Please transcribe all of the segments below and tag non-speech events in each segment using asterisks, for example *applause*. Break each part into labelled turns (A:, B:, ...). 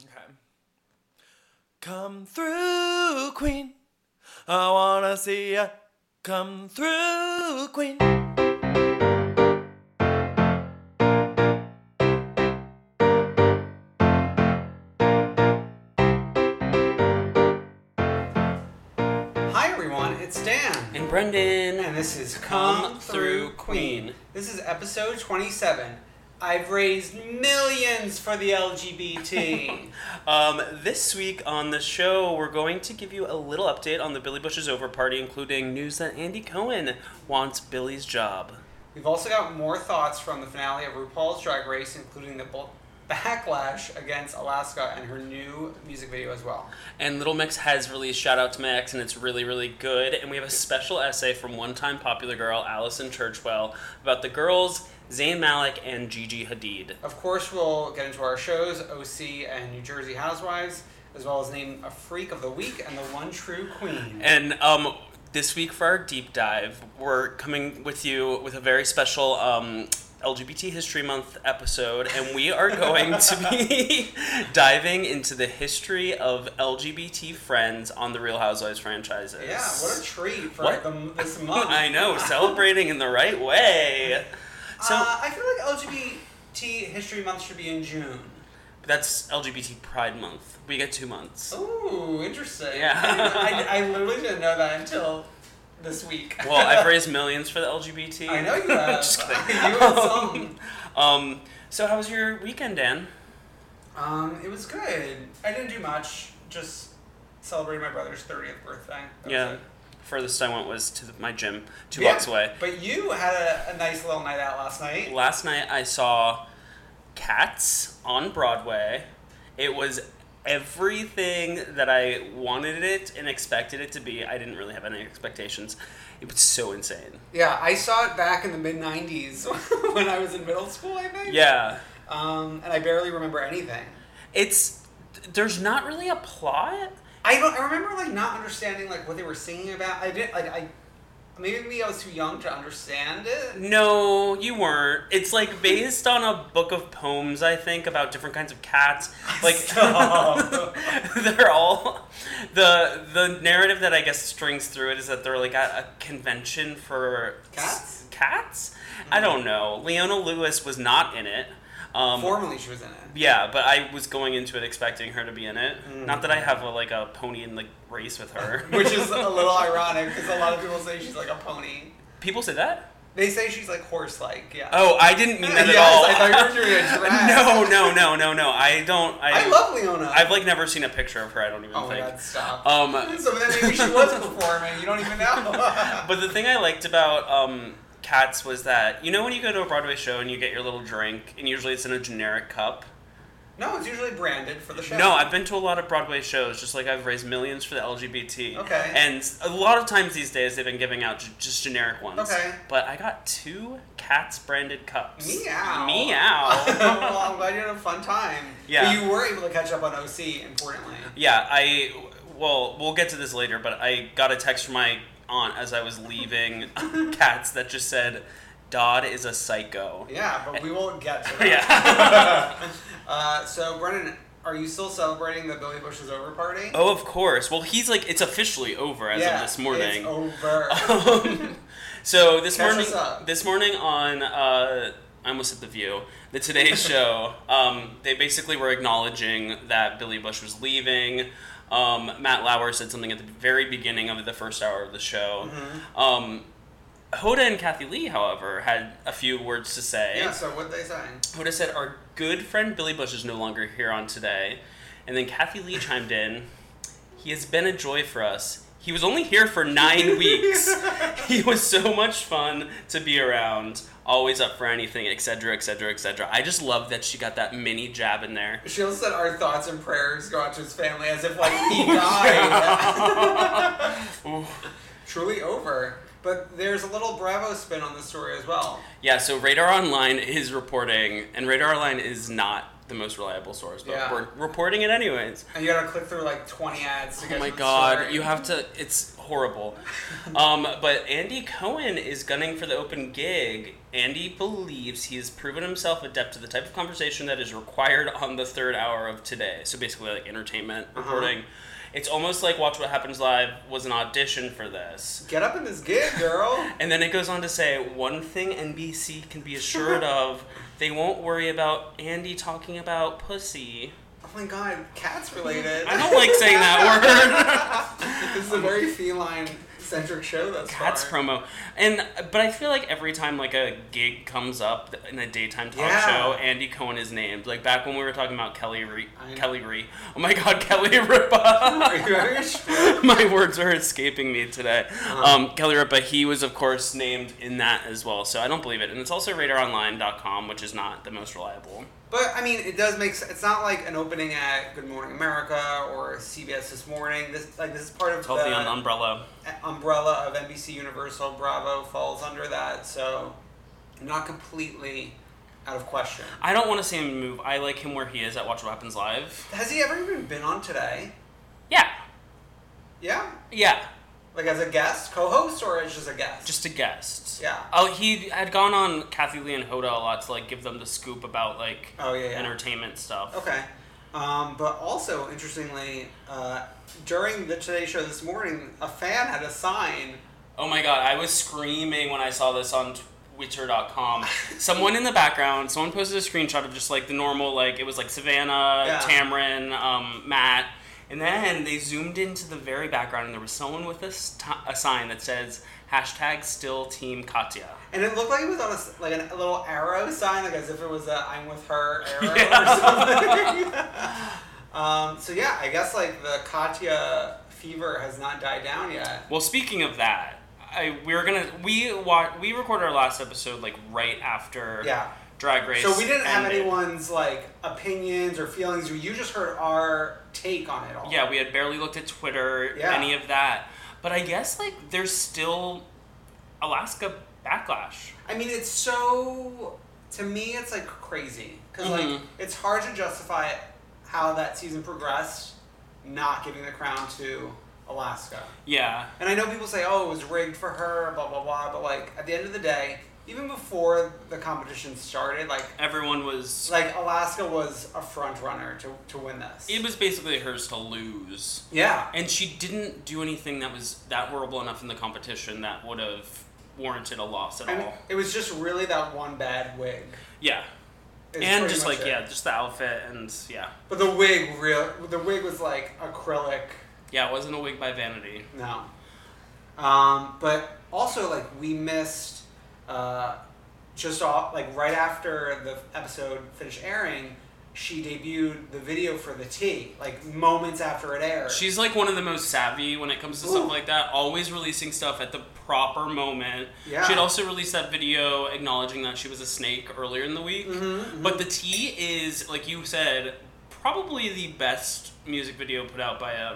A: Okay. Come through, Queen. I wanna see ya. Come through, Queen.
B: Hi everyone, it's Dan.
C: And Brendan.
B: And this is Come, Through Queen. This is episode 27. I've raised millions for the
C: *laughs*
B: LGBT.
C: Um, this week on the show, we're going to give you a little update on the Billy Bush's Over Party, including news that Andy Cohen wants Billy's job.
B: We've also got more thoughts from the finale of RuPaul's Drag Race, including the bu- backlash against Alaska and her new music video as well.
C: And Little Mix has released Shout Out to Max, and it's really, really good. And we have a special essay from one time popular girl, Allison Churchwell, about the girls, Zayn Malik and Gigi Hadid.
B: Of course, we'll get into our shows, OC and New Jersey Housewives, as well as name a freak of the week and the one true queen.
C: And um, this week for our deep dive, we're coming with you with a very special um, LGBT History Month episode, and
B: *laughs*
C: we are going to be *laughs* diving into the history of LGBT friends on the Real Housewives franchises.
B: Yeah, what a treat for
C: What?
B: the, this month.
C: *laughs* I know, celebrating in the
B: *laughs*
C: right way. So
B: uh, I feel like LGBT History Month should be in June.
C: that's LGBT Pride Month. We get two months.
B: Oh. Ooh, interesting.
C: Yeah.
B: *laughs* I, I literally didn't know that until this week. *laughs*
C: Well, I've raised millions for the LGBT.
B: I know you have.
C: *laughs* Just
B: you
C: kidding.
B: have some.
C: Um, so how was your weekend, Dan?
B: Um, it was good. I didn't do much. Just celebrated my brother's 30th birthday. That was
C: Yeah.
B: it.
C: Furthest I went was to the, my gym, two
B: Yeah,
C: blocks away.
B: But you had a, a nice little night out last night.
C: Last night I saw Cats on Broadway. It was everything that I wanted it and expected it to be. I didn't really have any expectations. It was so insane.
B: Yeah, I saw it back in the mid 90s *laughs* when I was in middle school, I think.
C: Yeah.
B: Um, and I barely remember anything.
C: It's there's not really a plot.
B: I don't. I remember like not understanding like what they were singing about. I didn't like I. Maybe I was too young to understand it.
C: No, you weren't. It's like based on a book of poems, I think, about different kinds
B: *laughs*
C: of cats. Like *laughs* they're all the the narrative that I guess strings through it is that they're like at a convention for
B: Cats? Mm-hmm.
C: Cats? I don't know. Leona Lewis was not in it. Um,
B: Formerly, she was in it.
C: yeah, but I was going into it expecting her to be in it.
B: Mm.
C: Not that I have a, like a pony in the race with
B: *laughs*
C: her.
B: Which is a little
C: *laughs*
B: ironic because a lot of people say she's like a pony.
C: people say that?
B: They say she's like horse-like. Yeah. *laughs*
C: Oh, I didn't mean that at
B: Yes,
C: all.
B: I thought you were doing a drag.
C: *laughs* No, no, no, no, no. I don't. I,
B: I love Leona.
C: I've like never seen a picture of her. I don't even
B: Oh my
C: think.
B: god! Stop.
C: Um,
B: *laughs* so then maybe she was performing. You don't even know. *laughs*
C: But the thing I liked about um, Cats was that you know when you go to a Broadway show and you get your little drink, and usually it's in a generic cup.
B: no, it's usually branded for the show.
C: No, I've been to a lot of Broadway shows, just like I've raised millions for the LGBT.
B: Okay.
C: And a lot of times these days they've been giving out j- just generic ones.
B: Okay.
C: But I got two Cats branded cups.
B: Meow.
C: Meow.
B: *laughs* well, I'm glad glad you had a fun time.
C: Yeah.
B: But you were able to catch up on OC, importantly.
C: Yeah, I well, we'll get to this later, but I got a text from my aunt as I was leaving Cats that just said, "Dodd is a psycho."
B: Yeah, but we won't get to
C: *laughs*
B: that. uh, so, Brennan, are you still celebrating the Billy Bush is over party?
C: Oh, of course. Well, he's like it's officially over as of this morning.
B: It's over.
C: *laughs* So this
B: Catch
C: morning,
B: us up.
C: this morning on uh, I almost said the View,
B: *laughs*
C: the Today Show, um, they basically were acknowledging that Billy Bush was leaving. Um, Matt Lauer said something at the very beginning of the first hour of the show.
B: Mm-hmm.
C: Um, Hoda and Kathy Lee, however, had a few words to say.
B: yeah, so what they saying?
C: Hoda said, Our good friend Billy Bush is no longer here on today. And then Kathy Lee chimed in, He has been a joy for us. He was only here for nine weeks. He was so much fun to be around, always up for anything, etc., etc., etc. I just love that she got that mini jab in there.
B: She also said our thoughts and prayers go out to his family as if like he
C: *laughs*
B: died. *laughs* Truly over. But there's a little Bravo spin on the story as well.
C: Yeah, so Radar Online is reporting, and Radar Online is not the most reliable source, but
B: Yeah.
C: we're reporting it anyways.
B: And you gotta click through like 20 ads to get
C: Oh my
B: to the
C: god,
B: story.
C: you have to. It's horrible. Um, but Andy Cohen is gunning for the open gig. Andy believes he has proven himself adept to the type of conversation that is required on the third hour of today. So basically, like entertainment reporting. It's almost like Watch What Happens Live was an audition for this.
B: Get up in this gig, girl. Oh
C: And then it goes on to say one thing NBC can be assured of they won't worry about Andy talking about pussy.
B: Oh my god, cats related.
C: I don't like saying that word.
B: This is a very feline centric show that's
C: Cats promo, and but I feel like every time like a gig comes up in a daytime talk
B: Yeah.
C: show, Andy Cohen is named. Like back when we were talking about Kelly Re-
B: I know.
C: Kelly Ree. Oh my God, *laughs* Kelly Ripa.
B: *laughs*
C: *laughs*
B: Are you having a stroke?
C: my words are escaping me today.
B: Uh-huh.
C: Um, Kelly Ripa, he was of course named in that as well. So I don't believe it, and it's also RadarOnline.com, which is not the most reliable.
B: But I mean, it does make sense. It's not like an opening at Good Morning America or CBS This Morning. This like this is part of
C: It's all the um, umbrella.
B: umbrella of NBC Universal Bravo falls under that, so not completely out of question.
C: I don't want to see him move. I like him where he is at Watch What Happens Live.
B: Has he ever even been on today?
C: Yeah,
B: Yeah,
C: yeah.
B: like as a guest, co-host, or as just a guest?
C: just a guest.
B: Yeah.
C: Oh, he had gone on Kathy Lee and Hoda a lot to like give them the scoop about like
B: Oh, yeah, yeah.
C: entertainment stuff.
B: okay. Um, but also interestingly, uh, during the Today Show this morning, a fan had a sign.
C: Oh my god, I was screaming when I saw this on Twitter.com.
B: *laughs*
C: someone in the background, someone posted a screenshot of just like the normal like it was like Savannah,
B: Yeah.
C: Tamron, um, Matt, and then they zoomed into the very background and there was someone with a, st- a sign that says hashtag Still Team Katya.
B: And it looked like it was on a, s- like an- a little arrow sign, like as if it was a "I'm with
C: *laughs*
B: her" arrow or something. *laughs* um, so yeah, I guess like the Katya fever has not died down yet.
C: Well, speaking of that, I, we were gonna we wa- we recorded our last episode like right after
B: Yeah.
C: Drag Race.
B: So we didn't have
C: ended.
B: anyone's like opinions or feelings. You just heard our take on it all.
C: Yeah, we had barely looked at Twitter,
B: Yeah.
C: any of that. But I guess like there's still Alaska backlash.
B: I mean, it's so to me, it's like crazy because like
C: Mm-hmm.
B: it's hard to justify how that season progressed, not giving the crown to Alaska.
C: Yeah,
B: And I know people say, "Oh, it was rigged for her," blah blah blah. But like at the end of the day, even before the competition started, like
C: everyone was.
B: like Alaska was a front runner to to win this.
C: it was basically hers to lose,
B: yeah.
C: and she didn't do anything that was that horrible enough in the competition that would have warranted a loss at
B: I mean,
C: all.
B: it was just really that one bad wig.
C: yeah,
B: It's
C: and
B: pretty
C: just
B: much
C: like
B: it.
C: yeah, just the outfit and yeah,
B: But the wig, real the wig was like acrylic.
C: yeah. It wasn't a wig by Vanity.
B: No. Um, but also like we missed uh, just off like right after the episode finished airing, she debuted the video for the tea like moments after it aired.
C: She's like one of the most savvy when it comes to stuff
B: Ooh.
C: like that, always releasing stuff at the proper moment.
B: Yeah.
C: She had also released that video acknowledging that she was a snake earlier in the week.
B: Mm-hmm,
C: But the T is, like you said, probably the best music video put out by a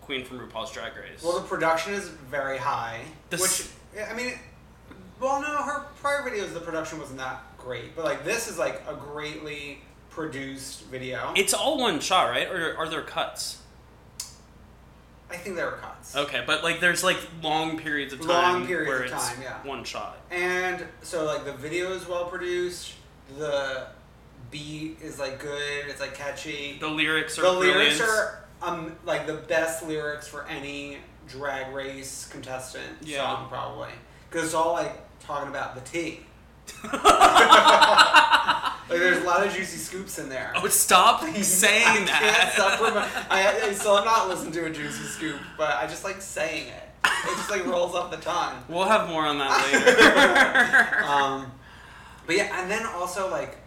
C: queen from RuPaul's Drag Race.
B: well, the production is very high,
C: The
B: which
C: s-
B: I mean, well, no, her prior videos the production wasn't that great, but like this is like a greatly produced video.
C: It's all one shot, right? Or are there cuts?
B: I think there are cuts.
C: Okay, but like there's like long periods of time
B: Long periods
C: where
B: of
C: it's
B: time, yeah.
C: one shot.
B: And so like the video is well produced, the beat is like good, it's like catchy.
C: The lyrics are
B: The lyrics
C: brilliant.
B: are um like the best lyrics for any drag race contestant
C: Yeah.
B: song probably because it's all like talking about the tea.
C: *laughs*
B: like there's a lot of juicy scoops in there.
C: Oh, stop saying
B: *laughs* I
C: that.
B: Can't stop remi- I, I still have not listened to a juicy scoop, but I just like saying it. It just like rolls off the tongue.
C: We'll have more on that later.
B: Um, but yeah, and then also like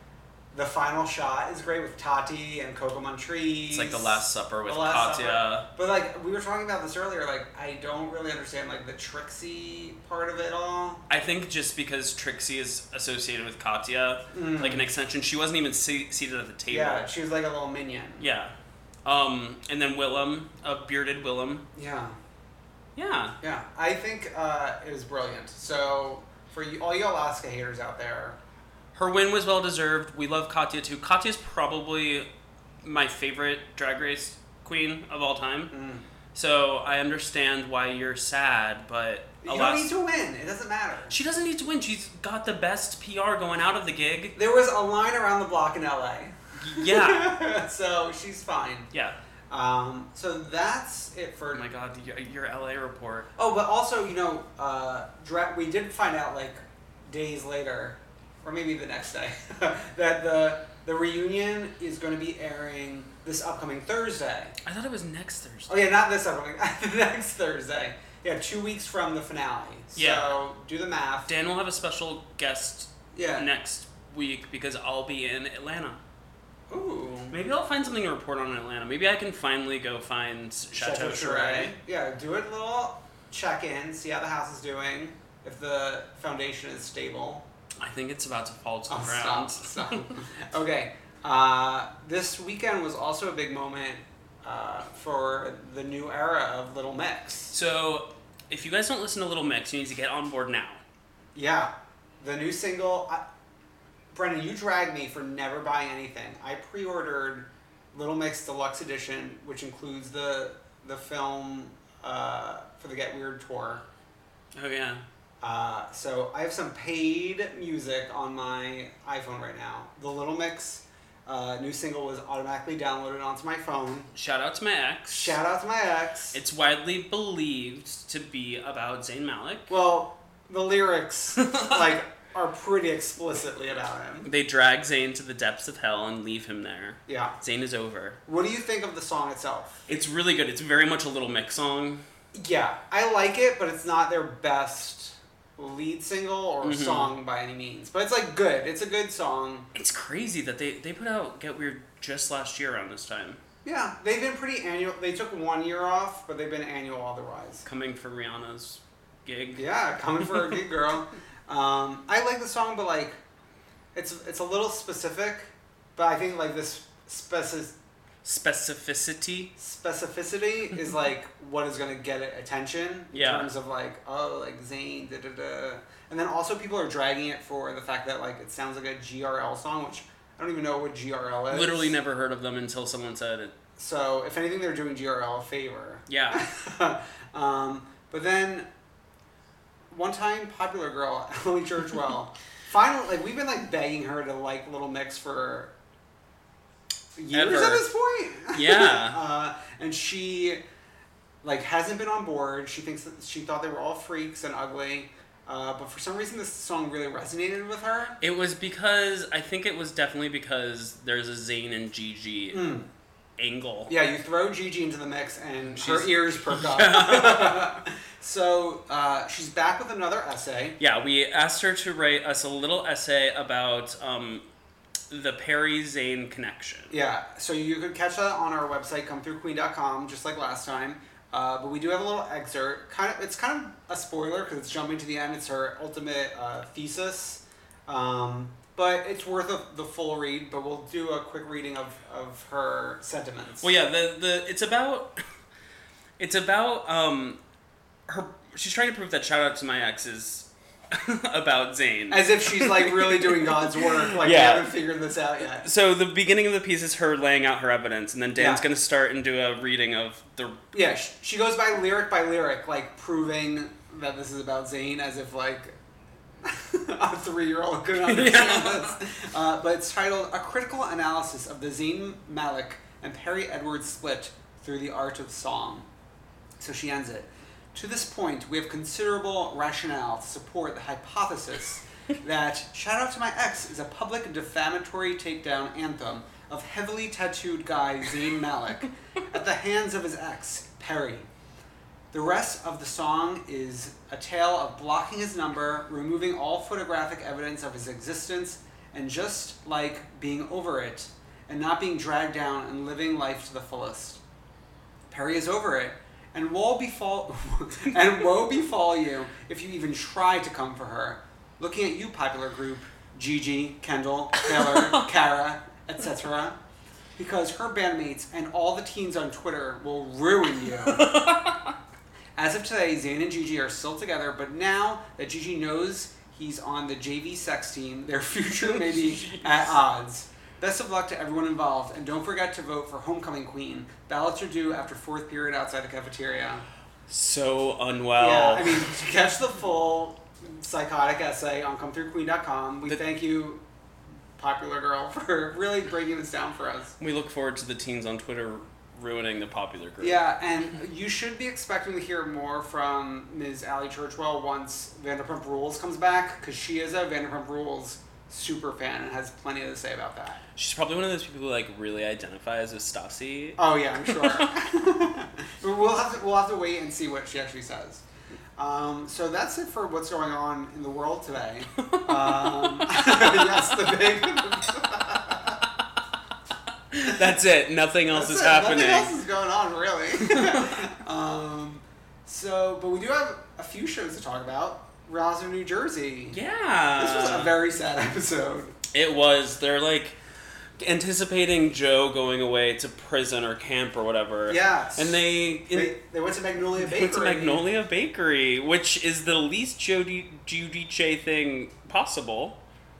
B: the final shot is great with Tati and Kokomon trees.
C: *laughs* It's like the Last Supper with
B: The Last
C: Katya.
B: Supper. But like we were talking about this earlier, like I don't really understand like the Trixie part of it all.
C: I think just because Trixie is associated with Katya, like an extension, she wasn't even se- seated at the table.
B: Mm. Yeah, she was like a little minion.
C: Yeah. Um, and then Willem, a bearded Willem.
B: Yeah,
C: Yeah.
B: yeah. I think uh, it was brilliant. So for you, all you Alaska haters out there,
C: Her win was well deserved. We love Katya too. Katya's probably my favorite drag race queen of all time.
B: Mm.
C: So I understand why you're sad, but
B: you
C: alas-
B: don't need to win. It doesn't matter.
C: she doesn't need to win. She's got the best PR going out of the gig.
B: There was a line around the block in LA,
C: Yeah.
B: *laughs* so she's fine.
C: yeah.
B: Um, so that's it for
C: Oh my god, your, your LA report.
B: Oh, but also, you know, uh, dra- we did find out like days later, or maybe the next day, *laughs* that the the reunion is going to be airing this upcoming Thursday.
C: I thought it was next Thursday.
B: Oh yeah, not this upcoming, *laughs* next Thursday. Yeah, two weeks from the finale.
C: Yeah.
B: So do the math.
C: Dan will have a special guest
B: Yeah.
C: next week because I'll be in Atlanta.
B: Ooh.
C: Maybe I'll find something to report on in Atlanta. Maybe I can finally go find Chateau, Charay.
B: Yeah, do a little check in, see how the house is doing, if the foundation is stable.
C: I think it's about to fall to the
B: Oh,
C: ground. *laughs*
B: stop, stop. okay. Uh, this weekend was also a big moment uh, for the new era of Little Mix.
C: So, if you guys don't listen to Little Mix, you need to get on board now.
B: Yeah. The new single. I, Brendan, you dragged me for never buying anything. I pre ordered Little Mix Deluxe Edition, which includes the, the film uh, for the Get Weird tour.
C: Oh yeah.
B: Uh, so I have some paid music on my iPhone right now. The Little Mix uh, new single was automatically downloaded onto my phone.
C: Shout out to my ex.
B: Shout out to my ex.
C: It's widely believed to be about Zayn Malik.
B: well, the lyrics like are pretty explicitly about him.
C: They drag Zayn to the depths of hell and leave him there.
B: Yeah.
C: Zayn is over.
B: What do you think of the song itself?
C: It's really good. It's very much a Little Mix song.
B: Yeah, I like it, but it's not their best lead single or song by any means. But it's like good. It's a good song.
C: It's crazy that they, they put out Get Weird just last year around this time.
B: Yeah, they've been pretty annual. They took one year off, but they've been annual otherwise.
C: Coming for Rihanna's gig.
B: Yeah, coming for a
C: *laughs*
B: good girl. Um, I like the song, but like, it's it's a little specific. But I think like this speci-
C: Specificity.
B: specificity
C: *laughs*
B: is like what is gonna get it attention in
C: Yeah.
B: terms of like oh like Zayn da da da, and then also people are dragging it for the fact that like it sounds like a GRL song, which I don't even know what GRL is.
C: Literally never heard of them until someone said it.
B: So if anything, they're doing GRL a favor.
C: Yeah.
B: *laughs* um, but then, one time, popular girl *laughs* Emily Churchwell,
C: *laughs*
B: finally, like we've been like begging her to like Little Mix for years
C: Ever.
B: at this point.
C: Yeah.
B: *laughs* uh, and she like hasn't been on board. She thinks that she thought they were all freaks and ugly. Uh, but for some reason, this song really resonated with her.
C: It was because I think it was definitely because there's a Zayn and Gigi angle.
B: Hmm. Yeah, you throw Gigi into the mix, and
C: She's-
B: her ears perk up. *laughs* so uh, she's back with another essay.
C: Yeah, we asked her to write us a little essay about um, the Perry Zayn connection.
B: Yeah, so you could catch that on our website, comethroughqueen.com, just like last time. Uh, but we do have a little excerpt. Kind of, it's kind of a spoiler because it's jumping to the end. It's her ultimate uh, thesis, um, but it's worth a, the full read. But we'll do a quick reading of, of her sentiments.
C: Well, yeah, the the it's about it's about um her. She's trying to prove that shout out to my ex is *laughs* about Zayn.
B: As if she's like really doing God's work. Like
C: Yeah.
B: we haven't figured this out yet.
C: so the beginning of the piece is her laying out her evidence, and then Dan's
B: Yeah.
C: gonna start and do a reading of the.
B: Yeah, sh- she goes by lyric by lyric, like proving that this is about Zayn, as if like *laughs* a three-year-old could understand this. Uh, but it's titled "A Critical Analysis of the Zayn Malik and Perry Edwards Split Through the Art of Song." So she ends it. To this point, we have considerable rationale to support the hypothesis that Shout Out to My Ex is a public defamatory takedown anthem of heavily tattooed guy Zayn Malik at the hands of his ex, Perry. The rest of the song is a tale of blocking his number, removing all photographic evidence of his existence, and just like being over it and not being dragged down and living life to the fullest. Perry is over it, and woe befall *laughs* and woe befall you if you even try to come for her. Looking at you, popular group, Gigi, Kendall, Taylor, Kara, etc. Because her bandmates and all the teens on Twitter will ruin you. As of today, Zayn and Gigi are still together, but now that Gigi knows he's on the JV sex team, their *laughs* future may be at odds. Best of luck to everyone involved, and don't forget to vote for Homecoming Queen. Ballots are due after fourth period outside the cafeteria.
C: So unwell.
B: Yeah, I mean, *laughs* to catch the full psychotic essay on comethroughqueen.com. We thank you, popular girl, *laughs* for really breaking this down for us.
C: we look forward to the teens on Twitter ruining the popular group.
B: Yeah, and you should be expecting to hear more from Ms. Allie Churchwell once Vanderpump Rules comes back, because she is a Vanderpump Rules super fan and has plenty to say about that.
C: She's probably one of those people who like really identifies with Stassi.
B: Oh yeah, I'm sure. *laughs* But we'll have to we'll have to wait and see what she actually says. Um, so that's it for what's going on in the world *laughs* today. Um, *laughs* yes, the big.
C: That's it. Nothing else is
B: That's it.
C: happening.
B: Nothing else is going on, really. *laughs* um, so, but we do have a few shows to talk about. Rousing New Jersey.
C: Yeah.
B: This was a very sad episode.
C: It was. They're like anticipating Joe going away to prison or camp or whatever.
B: Yes.
C: And they,
B: They, they went to Magnolia Bakery.
C: went to Magnolia Bakery, which is the least Jody Judy Che thing possible.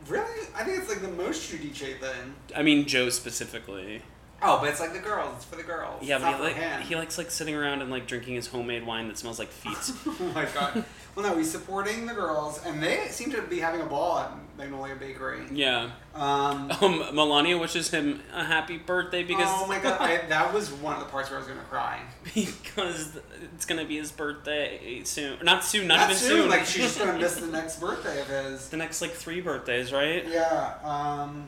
B: Really? I think it's like the most Judy Che thing.
C: I mean Joe specifically.
B: Oh, but it's like the girls. It's for the girls.
C: Yeah,
B: it's
C: but
B: not
C: he,
B: for
C: like,
B: him. *laughs*
C: he likes like sitting around and like drinking his homemade wine that smells like feet.
B: *laughs* Oh my god. well, no, he's supporting the girls, and they seem to be having a ball at Magnolia Bakery.
C: yeah.
B: Um,
C: Um, Melania wishes him a happy birthday because
B: oh my god, I, that was one of the parts where I was gonna cry.
C: *laughs* because it's gonna be his birthday soon. Not soon. Not,
B: Not
C: even
B: soon.
C: soon.
B: Like she's just
C: *laughs*
B: gonna miss the next birthday of his.
C: the next like three birthdays, right?
B: Yeah. Um,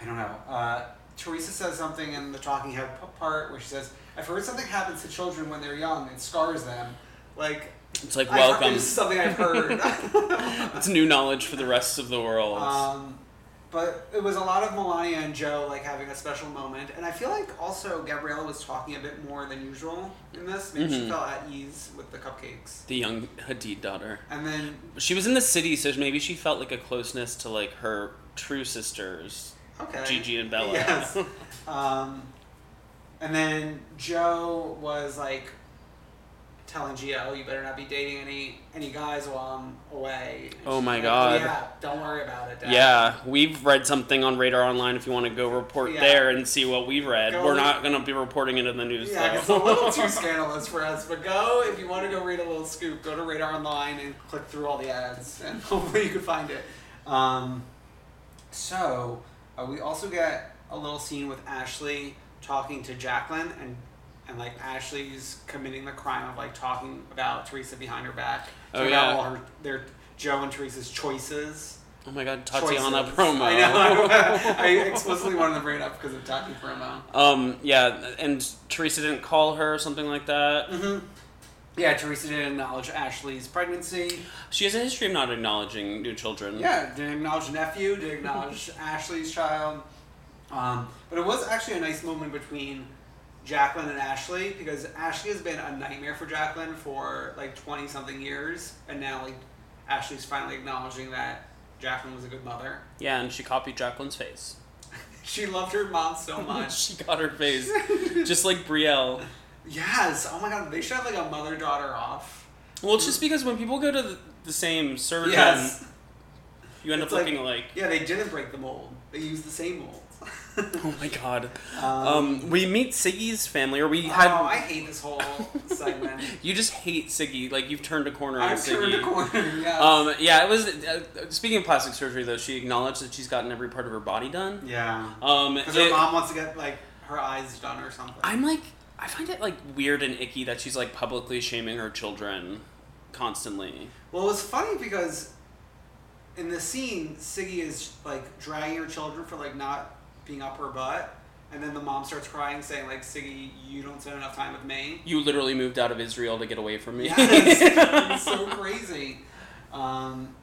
B: I don't know. Uh, Teresa says something in the talking head p- part where she says, "I've heard something happens to children when they're young. It scars them." Like.
C: It's like
B: I've heard-
C: welcome.
B: This is something I've
C: *laughs*
B: heard. *laughs*
C: It's new knowledge for the rest of the world.
B: Um, but it was a lot of Melania and Joe like having a special moment, and I feel like also Gabriella was talking a bit more than usual in this. Maybe
C: Mm-hmm.
B: she felt at ease with the cupcakes,
C: the young Hadid daughter.
B: and then
C: She was in the city, so maybe she felt like a closeness to like her true sisters.
B: okay,
C: Gigi and Bella.
B: yes, um, and then Joe was like telling Gia, "Oh, you better not be dating any any guys while I'm away." And
C: Oh
B: she's
C: my
B: like,
C: God.
B: Yeah, don't worry about it. Dad.
C: *laughs* Yeah, we've read something on Radar Online. If you want to go report
B: Yeah.
C: there and see what we read,
B: Go
C: we're
B: look-
C: not gonna be reporting it in the news.
B: Yeah, it's a
C: though.
B: little
C: *laughs*
B: too scandalous for us. But go if you want to go read a little scoop. Go to Radar Online and click through all the ads, and *laughs* hopefully you can find it. Um, so uh, we also get a little scene with Ashley talking to Jacqueline, and and like Ashley's committing the crime of like talking about Teresa behind her back,
C: Oh,
B: talking
C: yeah.
B: about all her their Joe and Teresa's choices.
C: oh my God, Tatiana
B: Choices.
C: promo.
B: I know. *laughs* I explicitly wanted to bring it up because of Tati promo.
C: *laughs* Um, yeah, and Teresa didn't call her or something like that.
B: Mm-hmm. Yeah, Teresa didn't acknowledge Ashley's pregnancy.
C: She has a history of not acknowledging new children.
B: Yeah, didn't acknowledge nephew, didn't acknowledge Ashley's child. Um, but it was actually a nice moment between Jacqueline and Ashley because Ashley has been a nightmare for Jacqueline for like twenty something years, and now like Ashley's finally acknowledging that Jacqueline was a good mother.
C: Yeah, and she copied Jacqueline's face.
B: She loved her mom so much.
C: *laughs* She got
B: *laughs*
C: her face, just like Brielle.
B: yes. Oh my god, they should have like a mother daughter off.
C: Well, it's just because when people go to the, the same server
B: Yes.
C: gen, you end
B: It's
C: up looking like,
B: yeah, they didn't break the mold. They used the same molds.
C: *laughs*
B: *laughs*
C: oh my god. Um, we meet Siggy's family, or we had.
B: oh, I hate this
C: *laughs*
B: whole segment.
C: you just hate Siggy. Like you've turned a corner on
B: I'm
C: Siggy.
B: turned a corner. *laughs* Yes.
C: Um, yeah, it was. Uh, speaking of plastic surgery, though, she acknowledged that she's gotten every part of her body done.
B: yeah.
C: Um,
B: Because
C: it-
B: her mom wants to get like her eyes done or something.
C: I'm like, I find it like weird and icky that she's like publicly shaming her children constantly.
B: Well, it's funny because in the scene, Siggy is like dragging her children for like not being up her butt, and then the mom starts crying, saying like, "Siggy, you don't spend enough time with
C: *laughs*
B: me."
C: You literally moved out of Israel to get away from me.
B: Yes, it's so crazy. Um,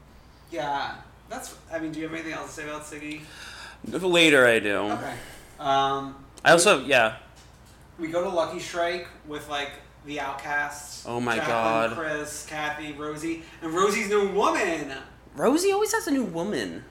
B: yeah, that's. I mean, do you have anything else to say about Siggy?
C: *laughs* Later, I do.
B: Okay. Um,
C: I also, yeah.
B: we go to Lucky Strike with like the outcasts.
C: Oh my God.
B: Jacqueline, Chris, Kathy, Rosie, and Rosie's new woman.
C: Rosie always has a new woman.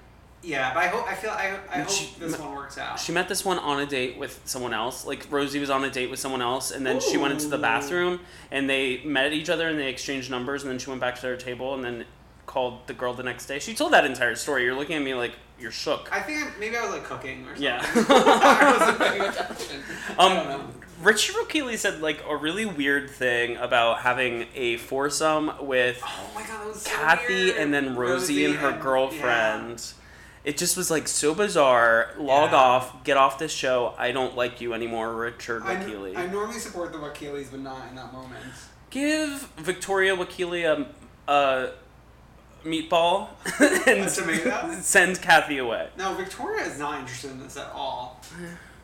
B: Yeah, but I hope I feel I, I hope
C: She-
B: this one works out.
C: She met this one on a date with someone else. Like Rosie was on a date with someone else, and then she went into the bathroom, and they met each other, and they exchanged numbers, and then she went back to their table, and then called the girl the next day. She told that entire story. You're looking at me like you're shook.
B: I think I, maybe I was like cooking or something. *laughs*
C: Yeah. *laughs*
B: I wasn't paying attention. I don't know.
C: Um, Richie Rokili said like a really weird thing about having a foursome *gasps* with
B: Oh my god, that was so
C: Kathy
B: weird.
C: and then Rosie, and her
B: and-
C: girlfriend. It just was like so bizarre. Log
B: Yeah.
C: off, get off this show. I don't like you anymore, Richard
B: yeah. I,
C: Wakili.
B: I normally support the Wakilis, but not in that moment.
C: Give Victoria Wakili a, a meatball *laughs*
B: A tomato?
C: and send Kathy away.
B: No, Victoria is not interested in this at all.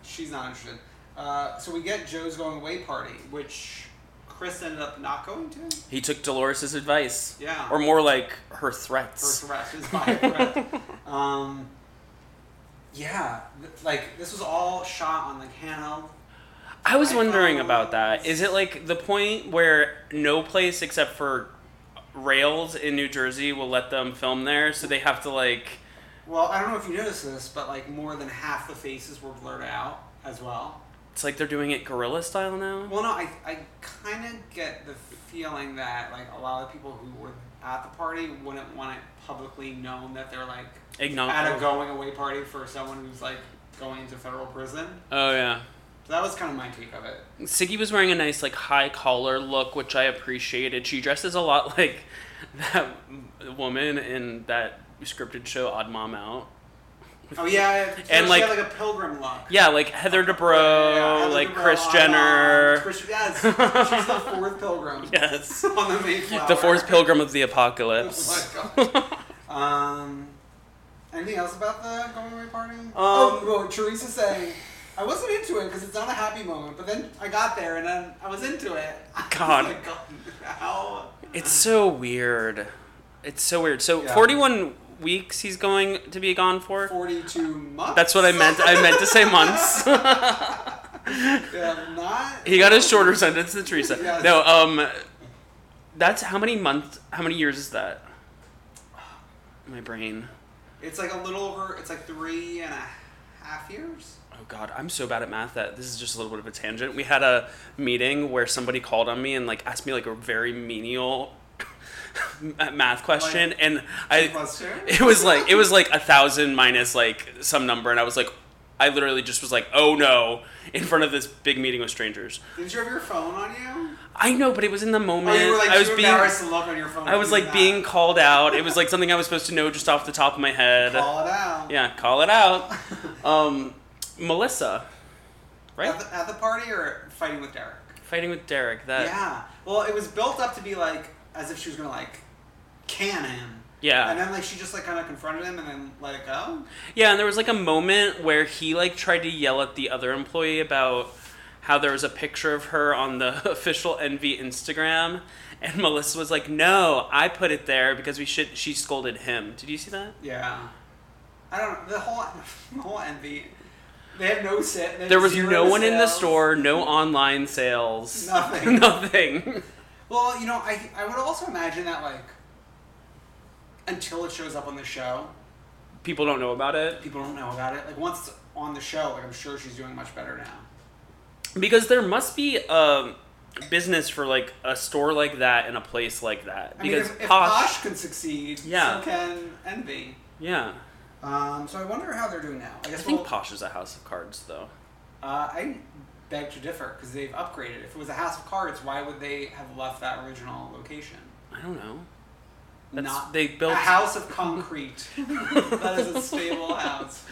B: She's not interested. Uh, so we get Joe's going away party, which Chris ended up not going to. Her
C: He took Dolores' advice.
B: Yeah.
C: Or more like her threats.
B: threat is by threat. Um, yeah, th- like this was all shot on like handheld.
C: I was
B: iPhones.
C: wondering about that. Is it like the point where no place except for rails in New Jersey will let them film there, so they have to like
B: Well, I don't know if you noticed this, but like more than half the faces were blurred out as well.
C: it's like they're doing it guerrilla style now?
B: Well, no, I, I kind of get the feeling that like a lot of people who were at the party wouldn't want it publicly known that they're like
C: Igno- oh.
B: at a going away party for someone who's like going into federal prison.
C: Oh yeah.
B: So that was kind of my take of
C: *laughs*
B: it.
C: Siggy was wearing a nice like high collar look, which I appreciated. She dresses a lot *laughs* like that woman in that scripted show Odd Mom Out.
B: Oh yeah, so
C: And,
B: she
C: like-
B: had, like a pilgrim look.
C: Yeah, like Heather
B: Yeah,
C: Dubrow,
B: yeah, Heather
C: like
B: Dubrow,
C: Chris
B: Anna,
C: Jenner.
B: Chris, um, yes, she's the fourth pilgrim.
C: *laughs* Yes.
B: *laughs* on the Mayflower.
C: the fourth pilgrim of the
B: Oh
C: apocalypse.
B: my
C: *laughs*
B: god. um, anything else about the going away party?
C: Um,
B: oh, well, Teresa saying, I wasn't into it because it's not a happy moment, but then I got there and then I was into it. *laughs* I was
C: God.
B: like, God, how?
C: It's so weird. It's so weird. So
B: Yeah.
C: 41 weeks he's going to be gone for.
B: 42 months?
C: That's what I meant. I meant to say months. *laughs*
B: Yeah, not.
C: he got a shorter sentence than Teresa.
B: *laughs* Yes.
C: No, um that's how many months how many years is that? *sighs* My brain.
B: It's like a little over, it's like three and a half years?
C: Oh god, I'm so bad at math that this is just a little bit of a tangent. We had a meeting where somebody called on me and like asked me like a very menial *laughs* math question
B: Like,
C: and I
B: plus two?
C: *laughs* it was like it was like a thousand minus like some number and I was like I literally just was like oh no in front of this big meeting with strangers.
B: Did you have your phone on you?
C: I know but it was in the moment.
B: Oh, you were like
C: Oh, I was
B: too
C: being
B: embarrassed to look on your phone.
C: I was
B: You
C: like
B: did
C: being
B: that.
C: called out. It was like something I was supposed to know just off the top of my head.
B: Call it out.
C: Yeah, call
B: *laughs*
C: it out. Um, Melissa, right?
B: At the, at the party or fighting with Derek?
C: Fighting with Derek. That
B: Yeah. Well, it was built up to be like as if she was gonna like can him.
C: Yeah.
B: And then like she just like kind of confronted him and then let it go.
C: Yeah, and there was like a moment where he like tried to yell at the other employee about how there was a picture of her on the *laughs* official Envy Instagram, and Melissa was like, "No, I put it there because we should." She scolded him. Did you see that?
B: Yeah. I don't. The whole *laughs* the whole envy. They have no set.
C: There was no one in the store, no online
B: *laughs*
C: sales,
B: Nothing.
C: *laughs* nothing.
B: Well, you know, I I would also imagine that like until it shows up on the show,
C: People don't know about it
B: people don't know about it. Like once it's on the show, like I'm sure she's doing much better now.
C: because there must be um, business for like a store like that in a place like that
B: I mean,
C: because
B: if, if
C: Posh,
B: Posh can succeed,
C: Yeah.
B: so can Envy.
C: yeah.
B: Um, so I wonder how they're doing now. I
C: I
B: guess
C: think
B: we'll-
C: Posh is a house of cards though.
B: Uh, I beg to differ because they've upgraded. If it was a House of Cards, why would they have left that original location?
C: I don't know. That's,
B: Not
C: they built
B: a house of
C: *laughs*
B: concrete. that is a stable house.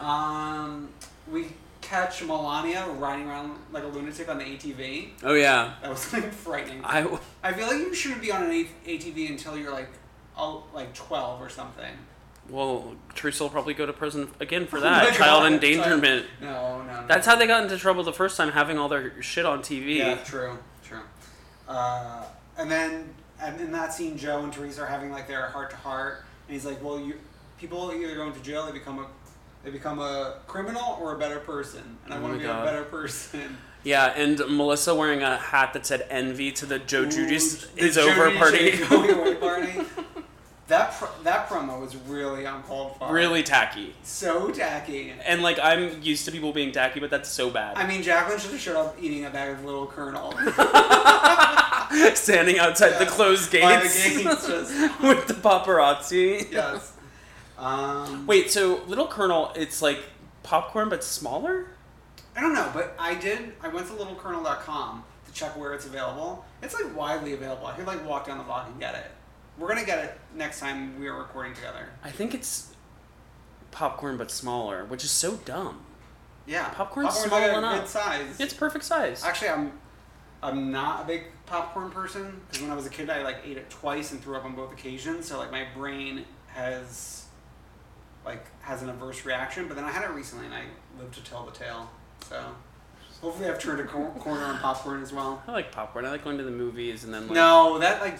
B: Um, we catch Melania riding around like a lunatic on the ATV.
C: Oh yeah.
B: That was like frightening.
C: I w-
B: I feel like you shouldn't be on an A- ATV until you're like, oh, like twelve or something.
C: well, Teresa will probably go to prison again
B: *laughs*
C: for
B: Oh
C: that
B: my
C: child
B: God,
C: endangerment.
B: child- No, no, no.
C: That's how they got into trouble the first time, having all their shit on TV.
B: Yeah, true, true. Uh, and then and in that scene, Joe and Teresa are having like their heart to heart, and he's like, "Well, you people either go into jail, they become a they become a criminal or a better person, and I want
C: Oh my
B: to be
C: God.
B: a better person."
C: Yeah, and Melissa wearing a hat that said "Envy" to the Joe Judy's
B: Ooh, the
C: is over
B: Judy
C: party. *laughs*
B: J. *laughs* going away party. That pro- that promo was really uncalled for.
C: really tacky.
B: so tacky.
C: And like I'm used to people being tacky, but that's so bad.
B: I mean, Jacqueline should have showed up eating a bag of Little Colonel
C: Standing outside *laughs* the
B: Yeah.
C: closed
B: by the
C: gates
B: gates. Just,
C: *laughs* with the paparazzi.
B: yes. Um,
C: Wait, so Little Colonel, it's like popcorn but smaller?
B: I don't know, but I did. I went to littlecernel.com to check where it's available. It's like widely available. I could like walk down the block and get it. We're gonna get it next time we are recording together.
C: I think it's popcorn but smaller, which is so dumb.
B: Yeah,
C: Popcorn's
B: like
C: small
B: a
C: enough.
B: Good size.
C: It's perfect size.
B: Actually, I'm I'm not a big popcorn person because when I was a kid, I like ate it twice and threw up on both occasions. So like my brain has like has an adverse reaction. But then I had it recently and I lived to tell the tale. So hopefully, I've turned a cor- corner on popcorn as well.
C: I like popcorn. I like going to the movies and then like
B: No, that like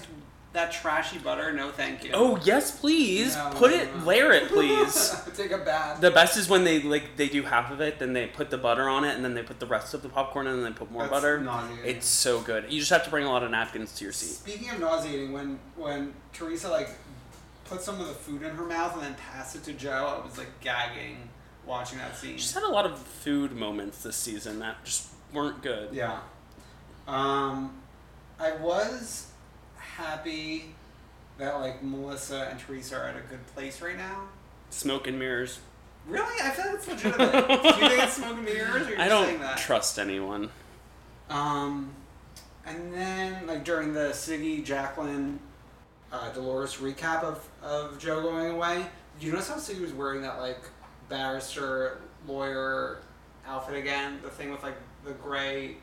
B: that trashy butter. No, thank you.
C: Oh yes, please
B: No,
C: put
B: no,
C: it,
B: no.
C: layer it, please.
B: *laughs* take a bath.
C: the best is when they like they do half of it, then they put the butter on it, and then they put the rest of the popcorn, and then they put more
B: That's
C: butter.
B: nauseating.
C: It's so good. You just have to bring a lot of napkins to your seat.
B: Speaking of nauseating, when when Teresa like put some of the food in her mouth and then passed it to Joe, I was like gagging watching that scene.
C: Just had a lot of food moments this season that just weren't good.
B: Yeah. Um, I was happy that like Melissa and Teresa are at a good place right now.
C: Smoke and mirrors.
B: Really, I feel like it's legitimate.
C: *laughs*
B: Do you think it's smoke and mirrors? Or are you
C: I
B: just saying
C: don't
B: that?
C: trust anyone.
B: Um, and then like during the Siggy Jacqueline uh, Dolores recap of of Joe going away, did you notice how Siggy was wearing that like barrister lawyer outfit again? The thing with like the gray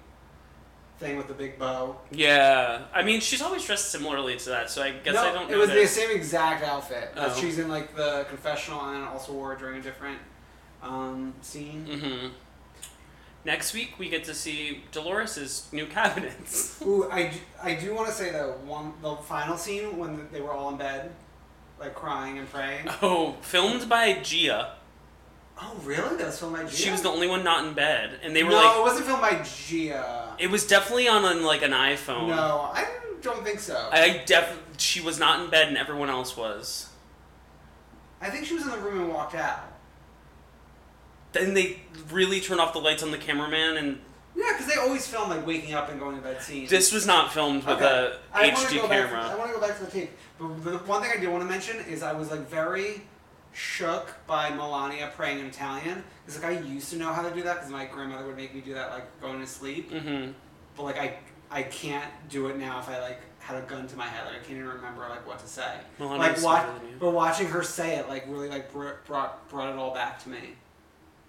B: thing with the big bow.
C: Yeah, I mean she's always dressed similarly to that, so I guess
B: no,
C: I don't.
B: it was the
C: notice.
B: same exact outfit that
C: Oh.
B: she's in like the confessional and also wore it during a different um, scene.
C: Mm-hmm. Next week we get to see Dolores's
B: *laughs*
C: new cabinets.
B: Ooh, I, d- I do want to say though one the final scene when they were all in bed, like crying and
C: *laughs*
B: praying.
C: Oh, filmed by Gia.
B: Oh, really? That was filmed by Gia.
C: She was the only one not in bed, and they were
B: no,
C: like,
B: it wasn't filmed by Gia.
C: It was definitely on, on like an iPhone.
B: No, I don't think so. I,
C: I def she was not in bed and everyone else was.
B: think she was in the room and walked out.
C: Then they really turned off the lights on the cameraman and
B: Yeah, because they always film like waking up and going to bed scenes.
C: this was not filmed with
B: Okay.
C: a
B: I wanna
C: HD
B: go
C: camera.
B: Back, I want to go back to the tape. But the one thing I do want to mention is I was like very shook by Melania praying in Italian. Because like I used to know how to do that because my grandmother would make me do that like going to sleep. Mm-hmm. But like I I can't do it now if I like had a gun to my head. Like I can't even remember like what to say.
C: Melania's
B: like wa-
C: smarter than you.
B: but watching her say it like really like br- brought brought it all back to me.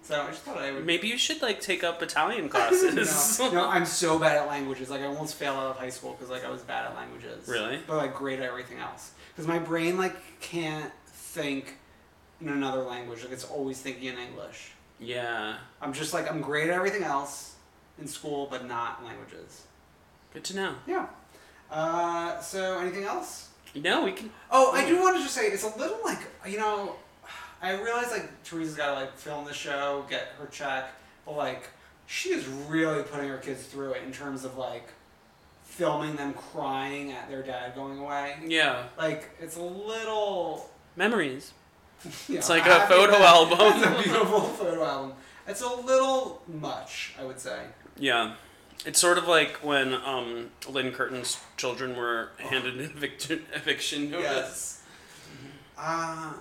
B: So I just thought I would.
C: Maybe you should like take up
B: *laughs*
C: Italian classes.
B: no, no, I'm so bad at languages. Like I almost failed out of high school because like I was bad at languages.
C: Really?
B: But like great at everything else. Because my brain like can't think in another language. Like it's always thinking in English.
C: *laughs* yeah.
B: I'm just like I'm great at everything else in school, but not languages.
C: Good to know.
B: Yeah. Uh, so anything else?
C: No, we can
B: Oh, I do want to just say it's a little like you know, I realize like Teresa's got to like film the show, get her check, but like she is really putting her kids through it in terms of like filming them crying at their dad going away.
C: Yeah.
B: Like it's a little.
C: Memories.
B: you
C: It's
B: know,
C: like
B: I
C: a
B: have
C: photo
B: to- *laughs* It's
C: album.
B: a beautiful photo album. It's a little much, I would say.
C: yeah. It's sort of like when um, Lynn Curtin's children were handed an eviction, eviction notice.
B: Yes. Uh,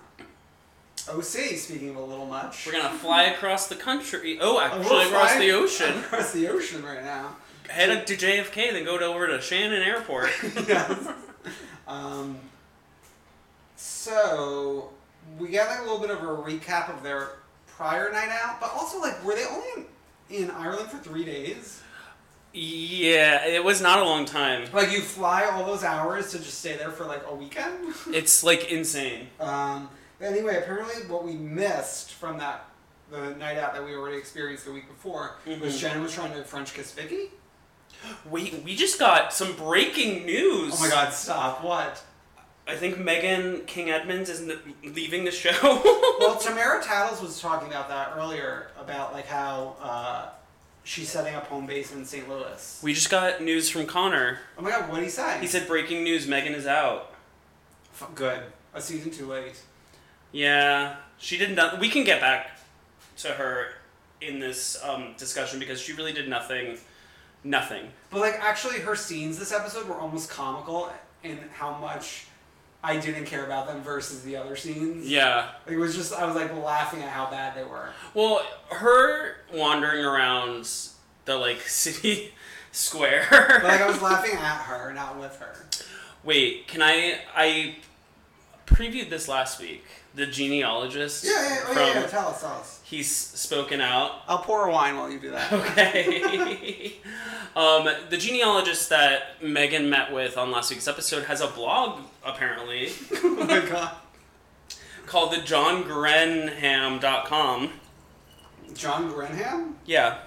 B: OC, speaking of a little much.
C: We're gonna fly across the country. Oh,
B: Oh,
C: actually,
B: we're
C: across
B: flying
C: the
B: *laughs*
C: ocean.
B: Across the ocean right now.
C: Head up to JFK, then go to- over to
B: *laughs*
C: Shannon Airport.
B: Yes. um, so we got like a little bit of a recap of their prior night out, but also like were they only in, in Ireland for three days?
C: yeah, it was not a long time.
B: Like you fly all those hours to just stay there for like a weekend?
C: It's like insane.
B: Um, but anyway, apparently what we missed from that the night out that we already experienced the week before
C: Mm-hmm.
B: was Jen was trying to French kiss Vicky.
C: Wait, we just got some breaking news.
B: Oh my god, stop! What?
C: I think Megan King Edmonds is n- leaving the show.
B: *laughs* Well, Tamara Tattles was talking about that earlier about like how uh, she's setting up home base in St. Louis.
C: *laughs* we just got news from Connor.
B: Oh my god, what did he say?
C: He said breaking news: Megan is out.
B: F- good. A season too late.
C: Yeah, she did not. We can get back to her in this um, discussion because she really did nothing. Nothing.
B: But like actually, her scenes this episode were almost comical in how much I didn't care about them versus the other scenes.
C: Yeah.
B: Like, it was just I was like laughing at how bad they were.
C: Well, her wandering around the like *laughs* city square.
B: But like I was laughing at her, not with her.
C: Wait, can I? I previewed this last week. The genealogist.
B: Yeah, yeah, oh,
C: from
B: yeah, yeah. Tell us, tell us.
C: he's spoken out. *laughs*
B: I'll pour wine while you do that.
C: Okay. um, the genealogist that Megan met with on last week's episode has a blog apparently
B: oh my god.
C: called the johngrennham.com.
B: John Grenham.
C: Yeah.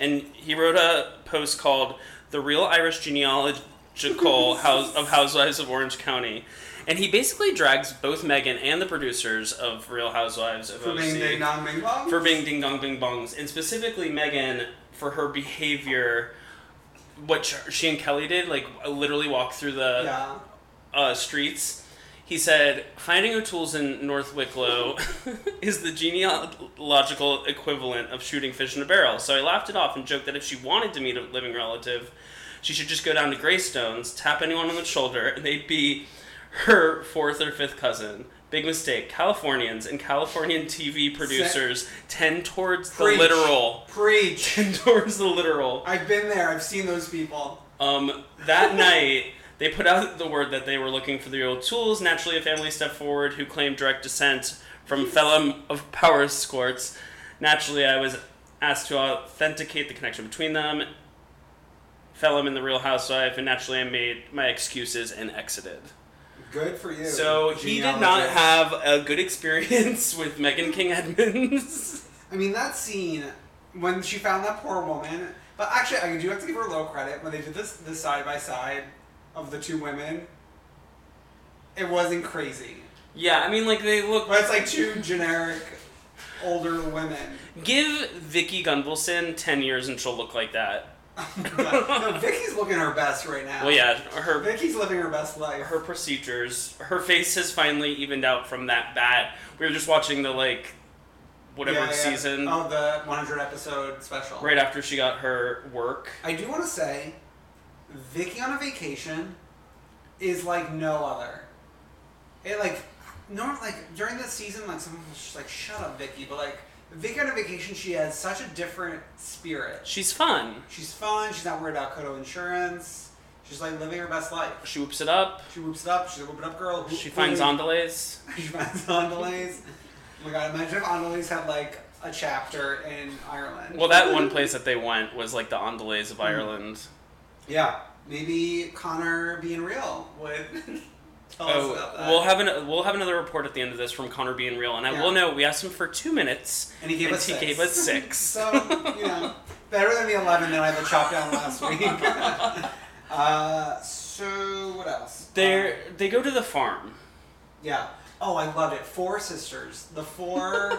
C: And he wrote a post called The Real
B: *laughs*
C: Irish Genealogical House of Housewives of Orange County. And he basically drags both Megan and the producers of Real Housewives of
B: For
C: OC
B: being ding dong bing bong.
C: for being ding dong ding bongs, and specifically Megan for her behavior, what sh- she and Kelly did, like literally walk through the
B: Yeah.
C: uh, streets. He said, finding O'Toole's in North Wicklow *laughs* is the genealogical equivalent of shooting fish in a barrel. So I laughed it off and joked that if she wanted to meet a living relative, she should just go down to Greystones, tap anyone on the shoulder, and they'd be her fourth or fifth cousin. Big mistake. Californians and Californian TV producers tend towards the
B: Preach.
C: literal. *laughs*
B: Preach. *laughs*
C: Tend towards the literal.
B: I've been there. I've seen those people.
C: Um, that night, they put out the word that they were looking for the O'Tooles. Naturally, a family stepped forward who claimed direct descent from fellow of power squirts. Naturally, I was asked to authenticate the connection between them. Fellum in the Real Housewife, and naturally, I made my excuses and exited.
B: Good for you.
C: So he did not
B: genealogist.
C: have a good experience *laughs* with Megan King Edmonds.
B: I mean that scene when she found that poor woman. But actually, I do have to give her low credit when they did this this side by side of the two women. It wasn't crazy,
C: yeah, I mean, like they look.
B: but it's like two generic older women.
C: Give Vicky Gunvalson ten years, and she'll look like that.
B: no,
C: *laughs*
B: Vicky's looking her best right now.
C: Well, yeah, her
B: Vicky's living her best life.
C: her procedures. Her face has finally evened out from that bat. We were just watching the like whatever
B: Yeah, yeah.
C: season
B: Oh, the 100 episode special.
C: right after she got her work.
B: I do want to say, Vicky on a vacation is like no other. It like no like during this season like someone was just like shut up Vicky, but like Vicky on a vacation she has such a different spirit.
C: She's fun.
B: She's fun. She's not worried about Kodo insurance. She's like living her best life.
C: She whoops it up.
B: She whoops it up. She's a whoop it up girl. Whoop-
C: She finds
B: whoop.
C: on delays.
B: *laughs* She finds Andalays. Oh my god! Imagine if Andalays had like a chapter in Ireland.
C: Well, that one place that they went was like the on delays
B: Hmm.
C: of Ireland.
B: Yeah, maybe Connor being real would *laughs* tell us about
C: Oh,
B: that.
C: we'll have an, we'll have another report at the end of this from Connor being real, and I
B: Yeah.
C: will note we asked him for two minutes,
B: And he gave us six.
C: gave us
B: *laughs*
C: six.
B: so you know better than the eleven that I had to chop down last week.
C: *laughs*
B: *laughs* uh, so what else?
C: They're,
B: Uh,
C: they go to the farm.
B: yeah. Oh, I loved it. Four sisters, the
C: *laughs*
B: four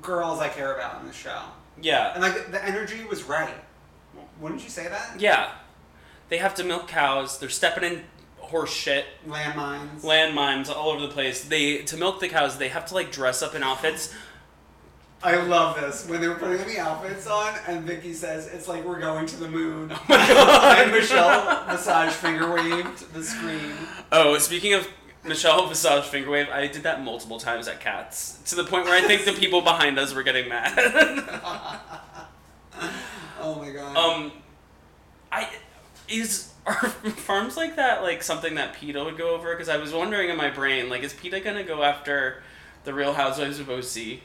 B: girls I care about in the show,
C: Yeah.
B: and like the energy was right. Wouldn't you say that?
C: Yeah. They have to milk cows. They're stepping in horse shit,
B: Landmines.
C: landmines all over the place. They to milk the cows, they have to like dress up in outfits
B: I love this when they were putting the outfits on, and Vicky says it's like we're going to the moon.
C: *laughs* Oh
B: *laughs* and Michelle massage finger waved the screen.
C: Oh, speaking of Michelle *laughs* Visage finger wave, I did that multiple times at Cats to the point where I think the people behind us were getting mad. *laughs*
B: Oh my god.
C: um, I is are *laughs* farms like that like something that PETA would go over? Because I was wondering in my brain, like, is PETA gonna go after the Real Housewives of OC?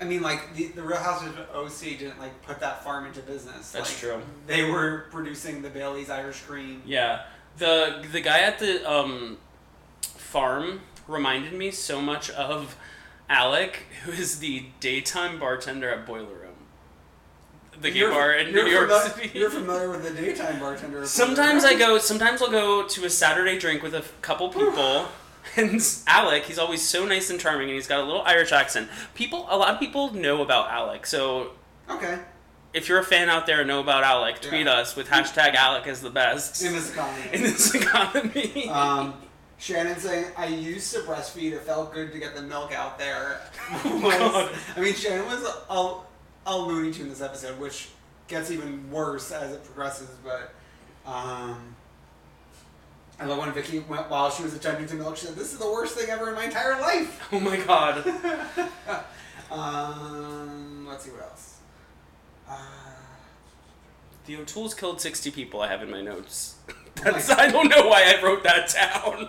B: I mean, like the, the Real Housewives of OC didn't like put that farm into business.
C: That's
B: Like,
C: true.
B: They were producing the Bailey's Irish Cream.
C: Yeah, the the guy at the um, farm reminded me so much of Alec, who is the daytime bartender at Boiler Room, the gay bar in New York
B: fami-
C: City.
B: You're familiar with the daytime bartender.
C: *laughs* Sometimes I go. Sometimes I'll go to a Saturday drink with a f-
B: *sighs*
C: couple people. And Alec, he's always so nice and charming, and he's got a little Irish accent. People, a lot of people know about Alec. So
B: *laughs* Okay.
C: if you're a fan out there and know about Alec, tweet
B: Yeah.
C: us with hashtag Alec is the best
B: In this economy.
C: *laughs* in this economy.
B: *laughs* Um, Shannon saying, I used to breastfeed. It felt good to get the milk out
C: *laughs*
B: there.
C: Oh
B: Was- *laughs* I mean, Shannon was a, a Looney Tune this episode, which gets even worse as it progresses. But um, I love when Vicky went while she was attempting to milk. She said, "This is the worst thing ever in my entire life."
C: oh my god.
B: Um, let's see what else. Uh,
C: The O'Toole's killed 60 people, I have in
B: *laughs*
C: my notes. *laughs* That's, I don't know why I wrote that down.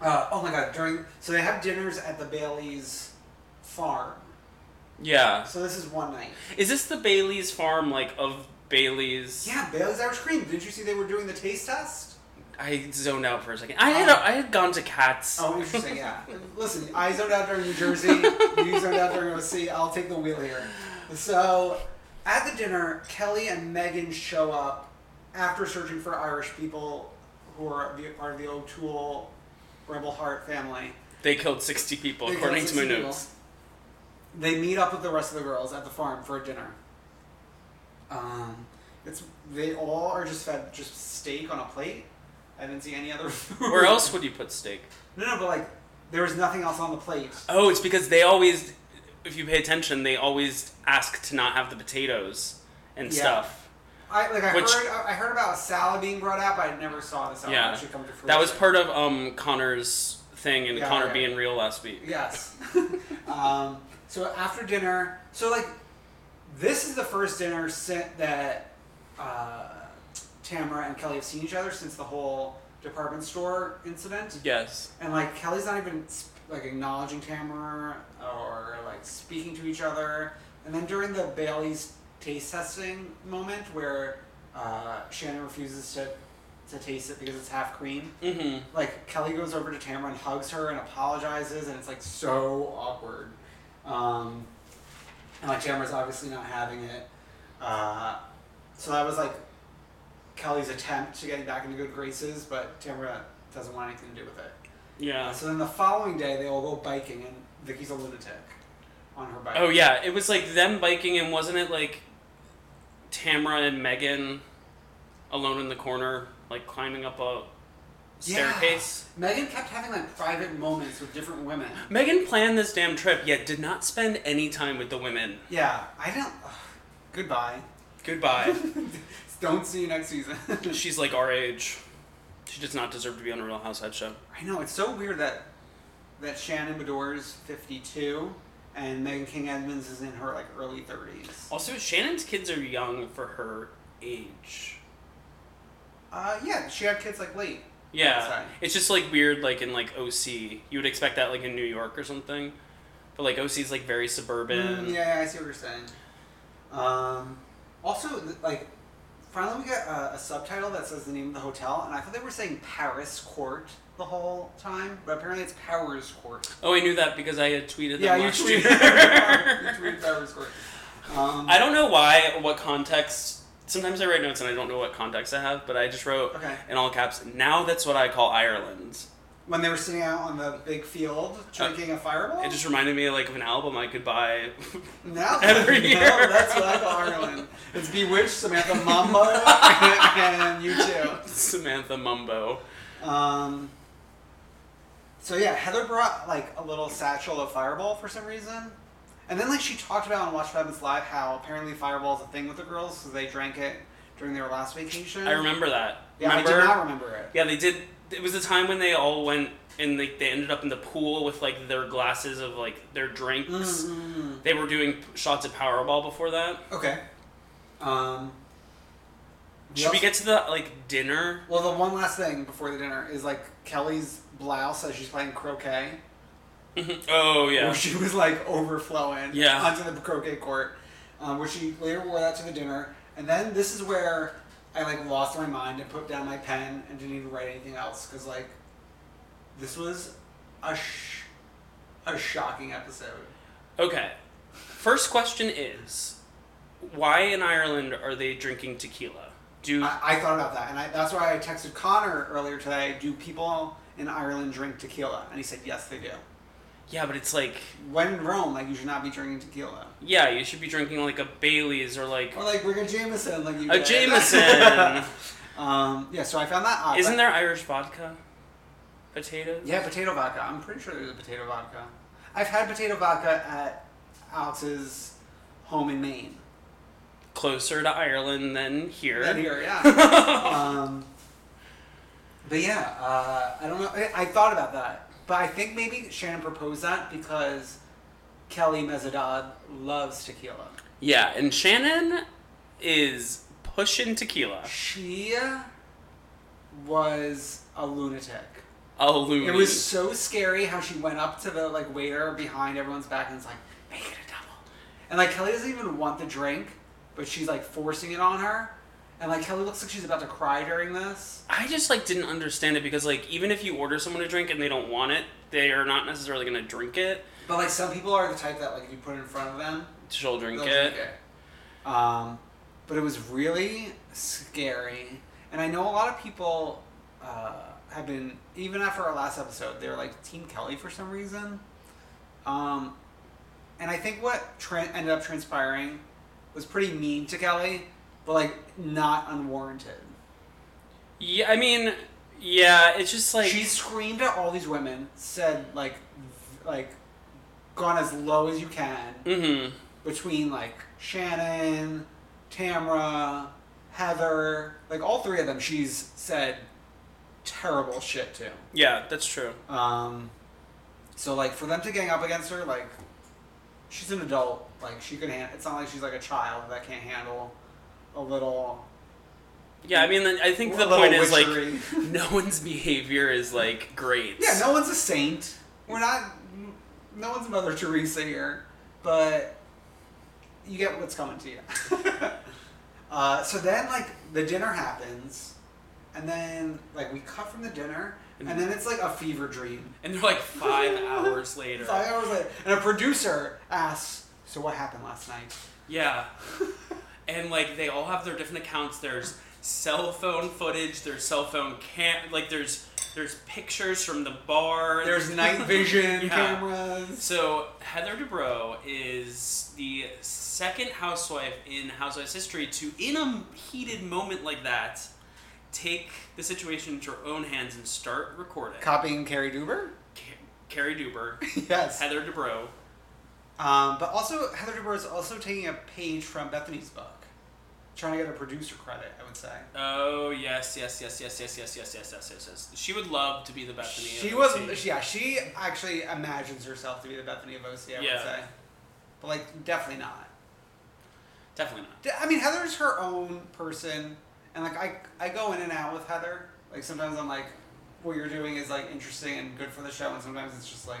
B: Uh, oh my god! During so they have dinners at the Bailey's farm.
C: yeah.
B: So this is one night.
C: Is this the Bailey's farm, like, of Bailey's?
B: Yeah, Bailey's Irish cream. Didn't you see they were doing the taste test?
C: I zoned out for a second. I had, I had gone to Cats.
B: Um, Oh, interesting. Yeah. Listen, I zoned out during New Jersey. You zoned out during OC. I'll take the wheel here. So at the dinner, Kelly and Megan show up after searching for Irish people who are the, part of the O'Toole Rebel Heart family.
C: They killed 60 people,
B: They
C: according
B: go
C: to my
B: Cincinnati.
C: notes.
B: They meet up with the rest of the girls at the farm for dinner. Um, it's they all are just fed just steak on a plate. I didn't see any other *laughs* food.
C: Where else would you put steak?
B: No, no, but like there was nothing else on the plate.
C: Oh, it's because they always, if you pay attention, they always ask to not have the potatoes and
B: Yeah.
C: stuff.
B: I like I
C: Which-
B: heard I I heard about a salad being brought out, but I never saw the salad
C: Yeah.
B: actually come to fruition.
C: That was part of um, Connor's thing and
B: Yeah,
C: Connor
B: yeah.
C: being real last week.
B: Yes. *laughs* um, so after dinner, so like this is the first dinner sent that uh, Tamara and Kelly have seen each other since the whole department store incident,
C: Yes.
B: and like Kelly's not even sp- like acknowledging Tamara or like speaking to each other, and then during the Bailey's taste testing moment where uh, Shannon refuses to. To taste it because it's half cream. Mm-hmm. Like Kelly goes over to Tamara and hugs her and apologizes, and it's like so awkward. Um, and like Tamara's obviously not having it. Uh, so that was like Kelly's attempt to getting back into good graces, but Tamara doesn't want anything to do with it.
C: Yeah.
B: Uh, So then the following day, they all go biking, and Vicky's a lunatic on her bike.
C: Oh yeah, it was like them biking, and wasn't it like Tamara and Megan alone in the corner, like climbing up a
B: Yeah.
C: staircase?
B: Megan kept having like private moments with different women.
C: Megan planned this damn trip, yet did not spend any time with the women.
B: Yeah, I don't. Ugh, goodbye. *laughs*
C: Goodbye.
B: Don't see you next season. *laughs*
C: She's like our age. She does not deserve to be on a Real Housewives show.
B: I know it's so weird that that Shannon Bedore's fifty-two, and Megan King Edmonds is in her like early thirties.
C: Also, Shannon's kids are young for her age.
B: Uh, yeah, she had kids like late.
C: Yeah,
B: Sorry.
C: it's just like weird, like in like OC. You would expect that like in New York or something, but like OC is like very suburban.
B: Mm, yeah, yeah, I see what you're saying. Um, also, th- like, finally we got a, a subtitle that says the name of the hotel, and I thought they were saying Paris Court the whole time, but apparently it's Powers Court.
C: Oh, I knew that because I had tweeted that
B: Yeah, you *laughs*
C: last
B: tweeted, you
C: year.
B: tweeted Powers Court. Um,
C: I don't know why, or what context. Sometimes I write notes and I don't know what context I have, but I just wrote
B: Okay.
C: in all caps. Now that's what I call Ireland.
B: when they were sitting out on the big field drinking a fireball?
C: Uh, It just reminded me like of an album I could buy. *laughs*
B: Now,
C: Every
B: now
C: year.
B: that's what I call Ireland. It's Bewitched, Samantha
C: *laughs*
B: Mambo, and you too.
C: Samantha Mumbo.
B: Um, So yeah, Heather brought like a little satchel of Fireball for some reason, and then like she talked about on Watch What Happens Live how apparently Fireball's a thing with the girls, so they drank it during their last vacation.
C: I remember that.
B: Hmm. Yeah,
C: remember?
B: I did not remember it.
C: Yeah, they did. It was the time when they all went and like they ended up in the pool with like their glasses of like their drinks.
B: Mm-hmm.
C: They were doing shots of Powerball before that.
B: Okay. Um.
C: Should we
B: also-
C: get to the like dinner?
B: Well, the one last thing before the dinner is like Kelly's blouse as she's playing croquet,
C: Oh yeah.
B: where she was like overflowing
C: Yeah.
B: onto the croquet court, um, where she later wore that to the dinner. And then this is where I like lost my mind and put down my pen and didn't even write anything else because like this was a sh- a shocking episode.
C: Okay. First question is, why in Ireland are they drinking tequila? Do
B: I, I thought about that, and I, that's why I texted Connor earlier today. Do people in Ireland drink tequila? And he said yes, they do.
C: yeah, but it's like
B: When in Rome, like you should not be drinking tequila.
C: yeah, you should be drinking like a Bailey's or like
B: Or like bring a Jameson, like you
C: a
B: did.
C: Jameson.
B: *laughs* um, yeah, so I found that odd.
C: Isn't
B: but-
C: there Irish vodka? Potatoes.
B: Yeah, potato vodka. I'm pretty sure there's a potato vodka. I've had potato vodka at Alex's home in Maine.
C: Closer to Ireland than here.
B: Right here, yeah. um, but yeah, uh, I don't know. I, I thought about that, but I think maybe Shannon proposed that because Kelly Mezadad loves tequila.
C: Yeah, and Shannon is pushing tequila.
B: She was a lunatic.
C: A loony.
B: It was so scary how she went up to the like waiter behind everyone's back and was like, "Make it a double," and like Kelly doesn't even want the drink, but she's like forcing it on her, and like Kelly looks like she's about to cry during this.
C: I just like didn't understand it because like even if you order someone a drink and they don't want it, they are not necessarily going to drink it.
B: But like some people are the type that like if you put it in front of them,
C: She'll drink
B: they'll
C: it.
B: drink it. Um, but it was really scary, and I know a lot of people uh, have been even after our last episode they were like Team Kelly for some reason. Um, and I think what tra- ended up transpiring was pretty mean to Kelly, but like not unwarranted.
C: Yeah, I mean, yeah, it's just like
B: she screamed at all these women, said like, v- like, gone as low as you can
C: mm-hmm.
B: between like Shannon, Tamra, Heather, like all three of them. She's said terrible shit to.
C: yeah, that's true.
B: Um, so like for them to gang up against her, like she's an adult, like she can. Han- it's not like she's like a child that can't handle a little.
C: Yeah, I mean, I think
B: A
C: the
B: little
C: point is like
B: witchery.
C: *laughs* no one's behavior is like great.
B: Yeah, no one's a saint. We're not. No one's Mother Teresa here, but you get what's coming to you. *laughs* uh, so then, like the dinner happens, and then like we cut from the dinner, and then it's like a fever dream.
C: and they're like five
B: *laughs*
C: hours later.
B: Five hours later, and a producer asks, "So what happened last night?" *laughs*
C: Yeah. and like they all have their different accounts. There's cell phone footage, there's cell phone cam like there's there's pictures from the bar. *laughs*
B: There's night vision
C: Yeah.
B: cameras.
C: So Heather Dubrow is the second housewife in Housewives history to, in a heated moment like that, take the situation into her own hands and start recording.
B: Copying Carrie Duber.
C: Ca- Carrie Duber,
B: *laughs* Yes.
C: Heather Dubrow.
B: Um, but also, Heather DeBoer is also taking a page from Bethany's book, trying to get a producer credit. I would say
C: Oh yes, yes, yes, yes, yes, yes, yes, yes, yes, yes, yes. She would love to be the Bethany.
B: she
C: of
B: was.
C: the team.
B: Yeah, she actually imagines herself to be the Bethany of OC. I would
C: Yeah.
B: say, but like definitely not.
C: Definitely not.
B: D- I mean, Heather's her own person, and like I, I go in and out with Heather. Like sometimes I'm like, what you're doing is like interesting and good for the show, and sometimes it's just like.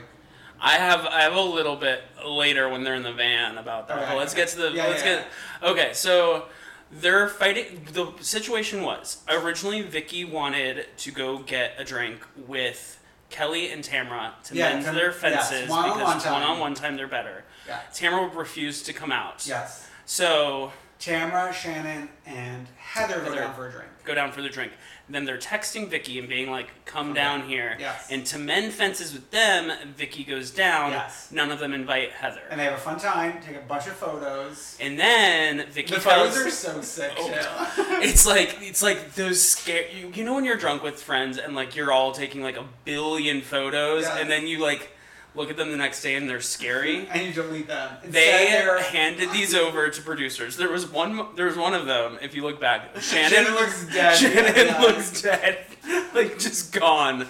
C: I have I have a little bit later when they're in the van about that. Oh,
B: Okay.
C: Let's get to the
B: Yeah,
C: let's
B: yeah,
C: get okay. So they're fighting. The situation was originally Vicky wanted to go get a drink with Kelly and Tamra to
B: Yeah,
C: mend
B: Tam-
C: their
B: yes,
C: fences
B: one-on-one
C: because
B: time.
C: one on one time they're better.
B: Yeah.
C: Tamra refused to come out.
B: Yes.
C: So
B: Tamara, Shannon, and Heather go
C: Heather.
B: down for a drink.
C: go down for the drink. Then they're texting Vicky and being like, "Come down here."
B: Yes.
C: And to mend fences with them, Vicky goes down.
B: Yes.
C: None of them invite Heather.
B: And they have a fun time, take a bunch of photos.
C: And then Vicky
B: The
C: tells
B: photos are so sick,
C: Oh.
B: too. *laughs*
C: it's like it's like those scare you, you know when you're drunk with friends and like you're all taking like a billion photos
B: Yes.
C: and then you like look at them the next day and they're scary.
B: and you delete them. Instead,
C: They
B: they're-
C: handed these over to producers. There was one. There was one of them. If you
B: *laughs*
C: look back, Shannon,
B: Shannon
C: *laughs*
B: looks dead.
C: Shannon
B: Yeah.
C: looks dead, *laughs* like just gone.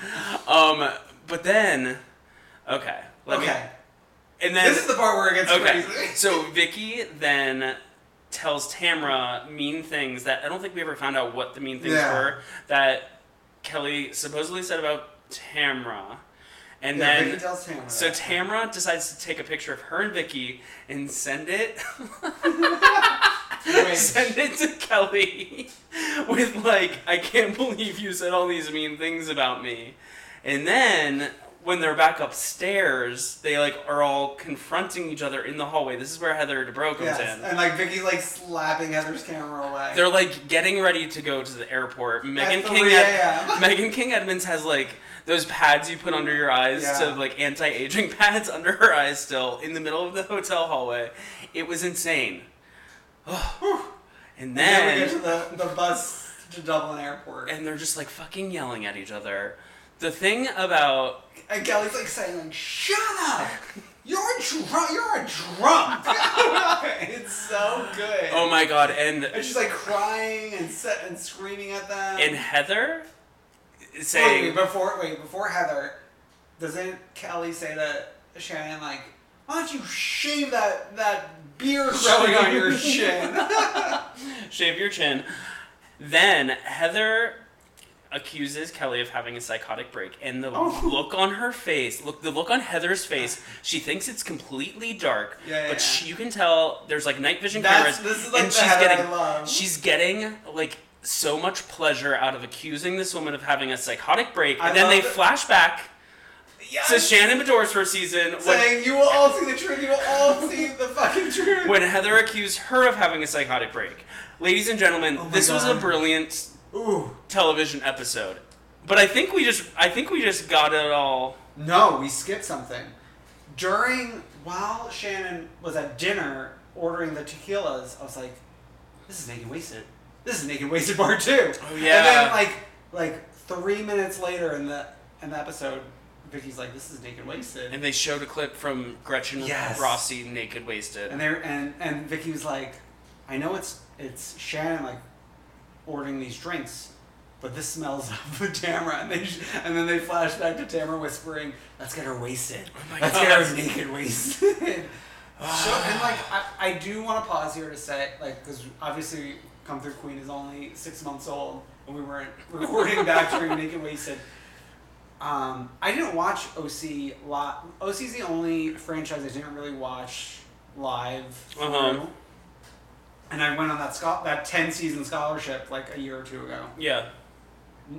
C: Um, but then, okay, let me-
B: Okay.
C: and then
B: This is the part where it gets
C: okay.
B: crazy. *laughs*
C: so Vicky then tells Tamra mean things that I don't think we ever found out what the mean things
B: Yeah.
C: were that Kelly supposedly said about Tamra. And
B: Yeah,
C: then
B: Vicky tells Tamra
C: so
B: that.
C: Tamra decides to take a picture of her and Vicky and send it
B: *laughs* Wait.
C: send it to Kelly *laughs* with like, I can't *laughs* believe you said all these mean things about me. And then when they're back upstairs, they like are all confronting each other in the hallway. This is where Heather DeBro
B: Yes.
C: comes in.
B: And like Vicky's like slapping Heather's camera away.
C: They're like getting ready to go to the airport. Megan King,
B: 3
C: Ed- *laughs*
B: a.m..
C: Megan King Edmonds has like those pads you put under your eyes
B: Yeah.
C: to like anti-aging *laughs* pads under her eyes still in the middle of the hotel hallway. It was insane. *sighs*
B: Then
C: and then
B: we get to the, the bus to Dublin Airport. And,
C: and they're just like fucking yelling at each other. The thing about
B: Kelly's like saying, like, "Shut up! You're a drunk. You're a drunk." *laughs* it's so good.
C: oh my god, and
B: And she's like crying and se- and screaming at them.
C: and Heather
B: wait,
C: saying
B: wait, before wait before Heather, doesn't Kelly say that Shannon like, "Why don't you shave that that beard growing on
C: *laughs*
B: your shin?"
C: shave your chin. Then Heather accuses Kelly of having a psychotic break, and the
B: Oh.
C: look on her face, look the look on Heather's face, she thinks it's completely dark,
B: Yeah, yeah,
C: but
B: yeah.
C: She, you can tell there's like night vision
B: That's-
C: cameras,
B: this is, like,
C: and
B: the
C: she's
B: Heather I
C: getting
B: love.
C: she's getting like so much pleasure out of accusing this woman of having a psychotic break,
B: I
C: and then
B: love
C: they
B: it.
C: flash back
B: yes.
C: to Shannon Bedore's first season when
B: saying, "You will all see the truth. You will all see the fucking truth."
C: when Heather accused her of having a psychotic break. Ladies and gentlemen,
B: Oh my
C: this was a
B: God.
C: brilliant
B: Ooh.
C: television episode. But I think we just I think we just got it all.
B: No, we skipped something. During while Shannon was at dinner ordering the tequilas, I was like, "This is Naked Wasted. This is Naked Wasted Part 2. Oh
C: yeah.
B: And then like like three minutes later in the in the episode, Vicky's like, "This is Naked Wasted,"
C: And they showed a clip from Gretchen
B: Yes.
C: Rossi naked wasted.
B: and there and and Vicky was like, "I know it's it's Shannon like ordering these drinks." But this smells *laughs* of Tamara, and, they sh- and then they flash back to Tamara whispering, "Let's get her wasted. Let's get her naked wasted." *laughs* so, and like, I, I do want to pause here to say, like, because obviously, Come Through Queen is only six months old, and we weren't *laughs* recording back during Naked Wasted. Um, I didn't watch OC live. OC's the only franchise I didn't really watch live through.
C: Uh-huh.
B: And I went on that scho- that ten season scholarship like a year or two ago,
C: yeah.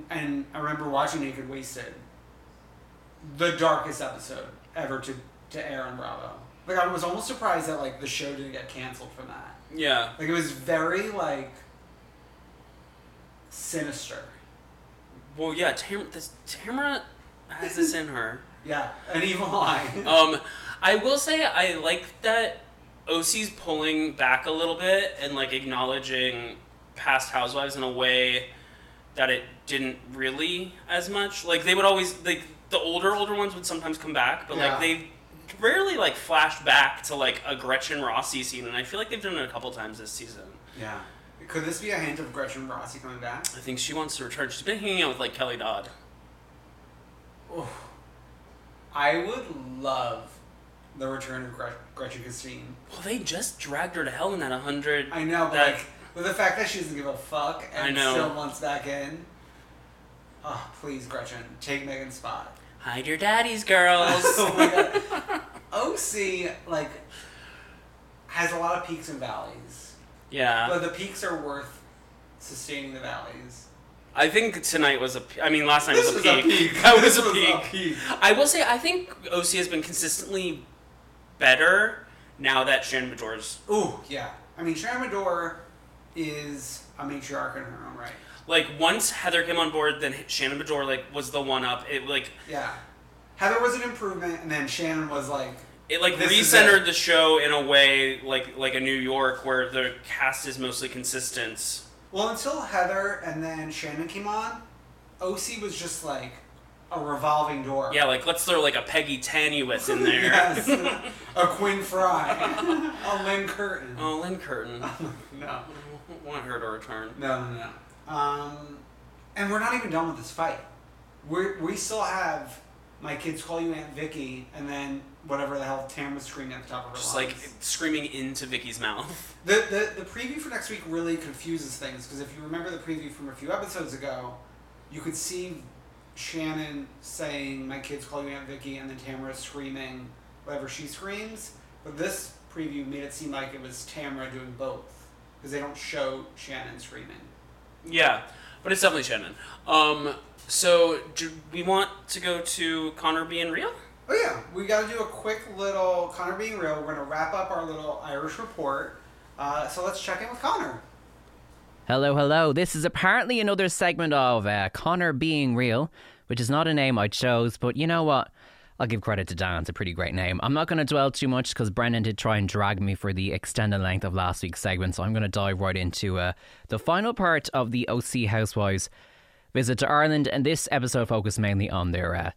B: and I remember watching Naked Wasted, the darkest episode ever to to air on Bravo. Like I was almost surprised that like the show didn't get canceled from that.
C: Yeah.
B: Like it was very like sinister.
C: Well yeah, Tam- this, Tamara has this in her.
B: Yeah, an evil eye. *laughs*
C: Um I will say I like that OC's pulling back a little bit and like acknowledging past housewives in a way that it didn't really as much. Like they would always like the older older ones would sometimes come back, but
B: Yeah.
C: like they rarely like flashed back to like a Gretchen Rossi scene, and I feel like they've done it a couple times this season.
B: Yeah. Could this be a hint of Gretchen Rossi coming back?
C: I think she wants to return. She's been hanging out with like Kelly Dodd.
B: I would love the return of Gret- Gretchen Christine.
C: Well, they just dragged her to hell in that hundred.
B: I know, but
C: that-
B: like with the fact that she doesn't give a fuck and
C: I know.
B: still wants back in. Oh, please, Gretchen, take Megan's
C: *laughs*
B: spot.
C: hide your daddies, girls.
B: *laughs* Oh my god. OC like has a lot of peaks and valleys,
C: yeah.
B: but the peaks are worth sustaining the valleys.
C: I think tonight was a. p- I mean, last night
B: This
C: was a
B: was a
C: peak.
B: peak.
C: *laughs* That
B: This
C: was, a,
B: was
C: peak.
B: a peak.
C: I will say, I think OC has been consistently better now that Shannon Bedore's
B: Ooh, yeah. I mean, Sharon Medore is a matriarch in her own right.
C: Like once Heather came on board, then Shannon Bajor like was the one up. It like
B: Yeah. Heather was an improvement, and then Shannon was like,
C: it like
B: This is
C: recentered
B: it.
C: the show in a way like like a New York where the cast is mostly consistent.
B: well, until Heather and then Shannon came on, OC was just like a revolving door.
C: Yeah, like let's throw like a Peggy Tanuous
B: *laughs*
C: in there.
B: Yes. a Quinn Fry. a Lynn Curtin.
C: Oh, Lynn Curtin.
B: No.
C: Want her to return?
B: No, no, no. Um, and we're not even done with this fight. We're, we still have my kids call you Aunt Vicky, and then whatever the hell Tam was screaming at the top of her
C: Just like
B: lungs.
C: screaming into Vicky's mouth.
B: the, the the preview for next week really confuses things because if you remember the preview from a few episodes ago, you could see Shannon saying my kids call you Aunt Vicky, and then Tamara screaming whatever she screams. But this preview made it seem like it was Tamara doing both because they don't show Shannon screaming.
C: Yeah, but it's definitely Shannon. Um, so do we want to go to Connor being real?
B: Oh yeah, we got to do a quick little Connor being real. We're gonna wrap up our little Irish report. Uh, so let's check in with Connor.
D: Hello, hello. This is apparently another segment of uh, Connor Being Real, which is not a name I chose, but you know what? I'll give credit to Dan. It's a pretty great name. I'm not going to dwell too much because Brendan did try and drag me for the extended length of last week's segment, so I'm going to dive right into uh, the final part of the OC Housewives visit to Ireland, and this episode focused mainly on their uh,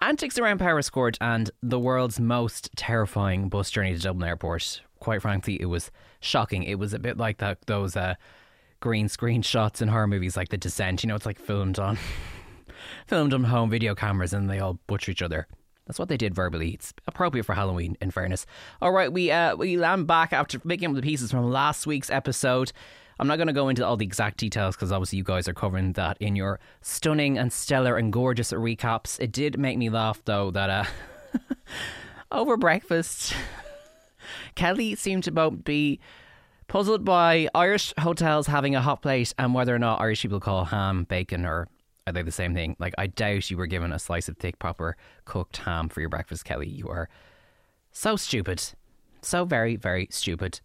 D: antics around Paris Court and the world's most terrifying bus journey to Dublin Airport. Quite frankly, it was shocking. It was a bit like that those uh, green screen shots in horror movies, like The Descent. You know, it's like filmed on *laughs* filmed on home video cameras, and they all butcher each other. That's what they did verbally. It's appropriate for Halloween, in fairness. All right, we uh, we land back after picking up the pieces from last week's episode. I'm not going to go into all the exact details because obviously you guys are covering that in your stunning and stellar and gorgeous recaps. It did make me laugh though that uh, *laughs* over breakfast, *laughs* Kelly seemed to both be puzzled by Irish hotels having a hot plate and whether or not Irish people call ham bacon or are they the same thing. Like, I doubt you were given a slice of thick, proper cooked ham for your breakfast, Kelly. You are so stupid. So very, very stupid.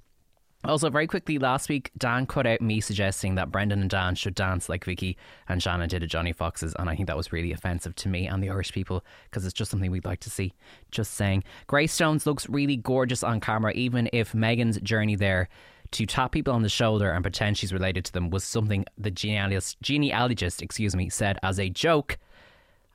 D: Also, very quickly, last week, Dan cut out me suggesting that Brendan and Dan should dance like Vicky and Shannon did at Johnny Fox's, and I think that was really offensive to me and the Irish people because it's just something we'd like to see. Just saying. Greystones looks really gorgeous on camera, even if Megan's journey there to tap people on the shoulder and pretend she's related to them was something the genealogist, genealogist excuse me, said as a joke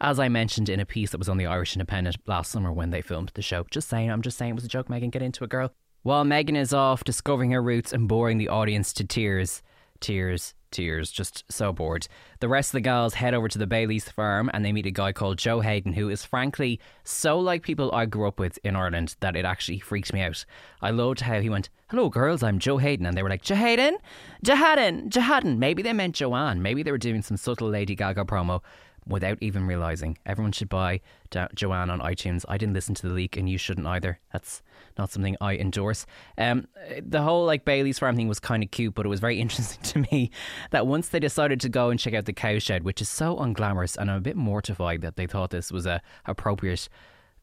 D: as I mentioned in a piece that was on the Irish Independent last summer when they filmed the show. Just saying, I'm just saying it was a joke, Megan, get into it, girl. While Megan is off discovering her roots and boring the audience to tears, tears, tears, just so bored. The rest of the girls head over to the Bailey's farm and they meet a guy called Joe Hayden, who is frankly so like people I grew up with in Ireland that it actually freaks me out. I loved how he went, Hello, girls, I'm Joe Hayden. And they were like, Joe Hayden? Joe Hayden? Joe Hayden. Maybe they meant Joanne. Maybe they were doing some subtle Lady Gaga promo without even realizing. Everyone should buy jo- Joanne on iTunes. I didn't listen to the leak, and you shouldn't either. That's not something I endorse. Um, the whole like Bailey's farm thing was kind of cute, but it was very *laughs* interesting to me that once they decided to go and check out the cow shed, which is so unglamorous, and I'm a bit mortified that they thought this was a appropriate.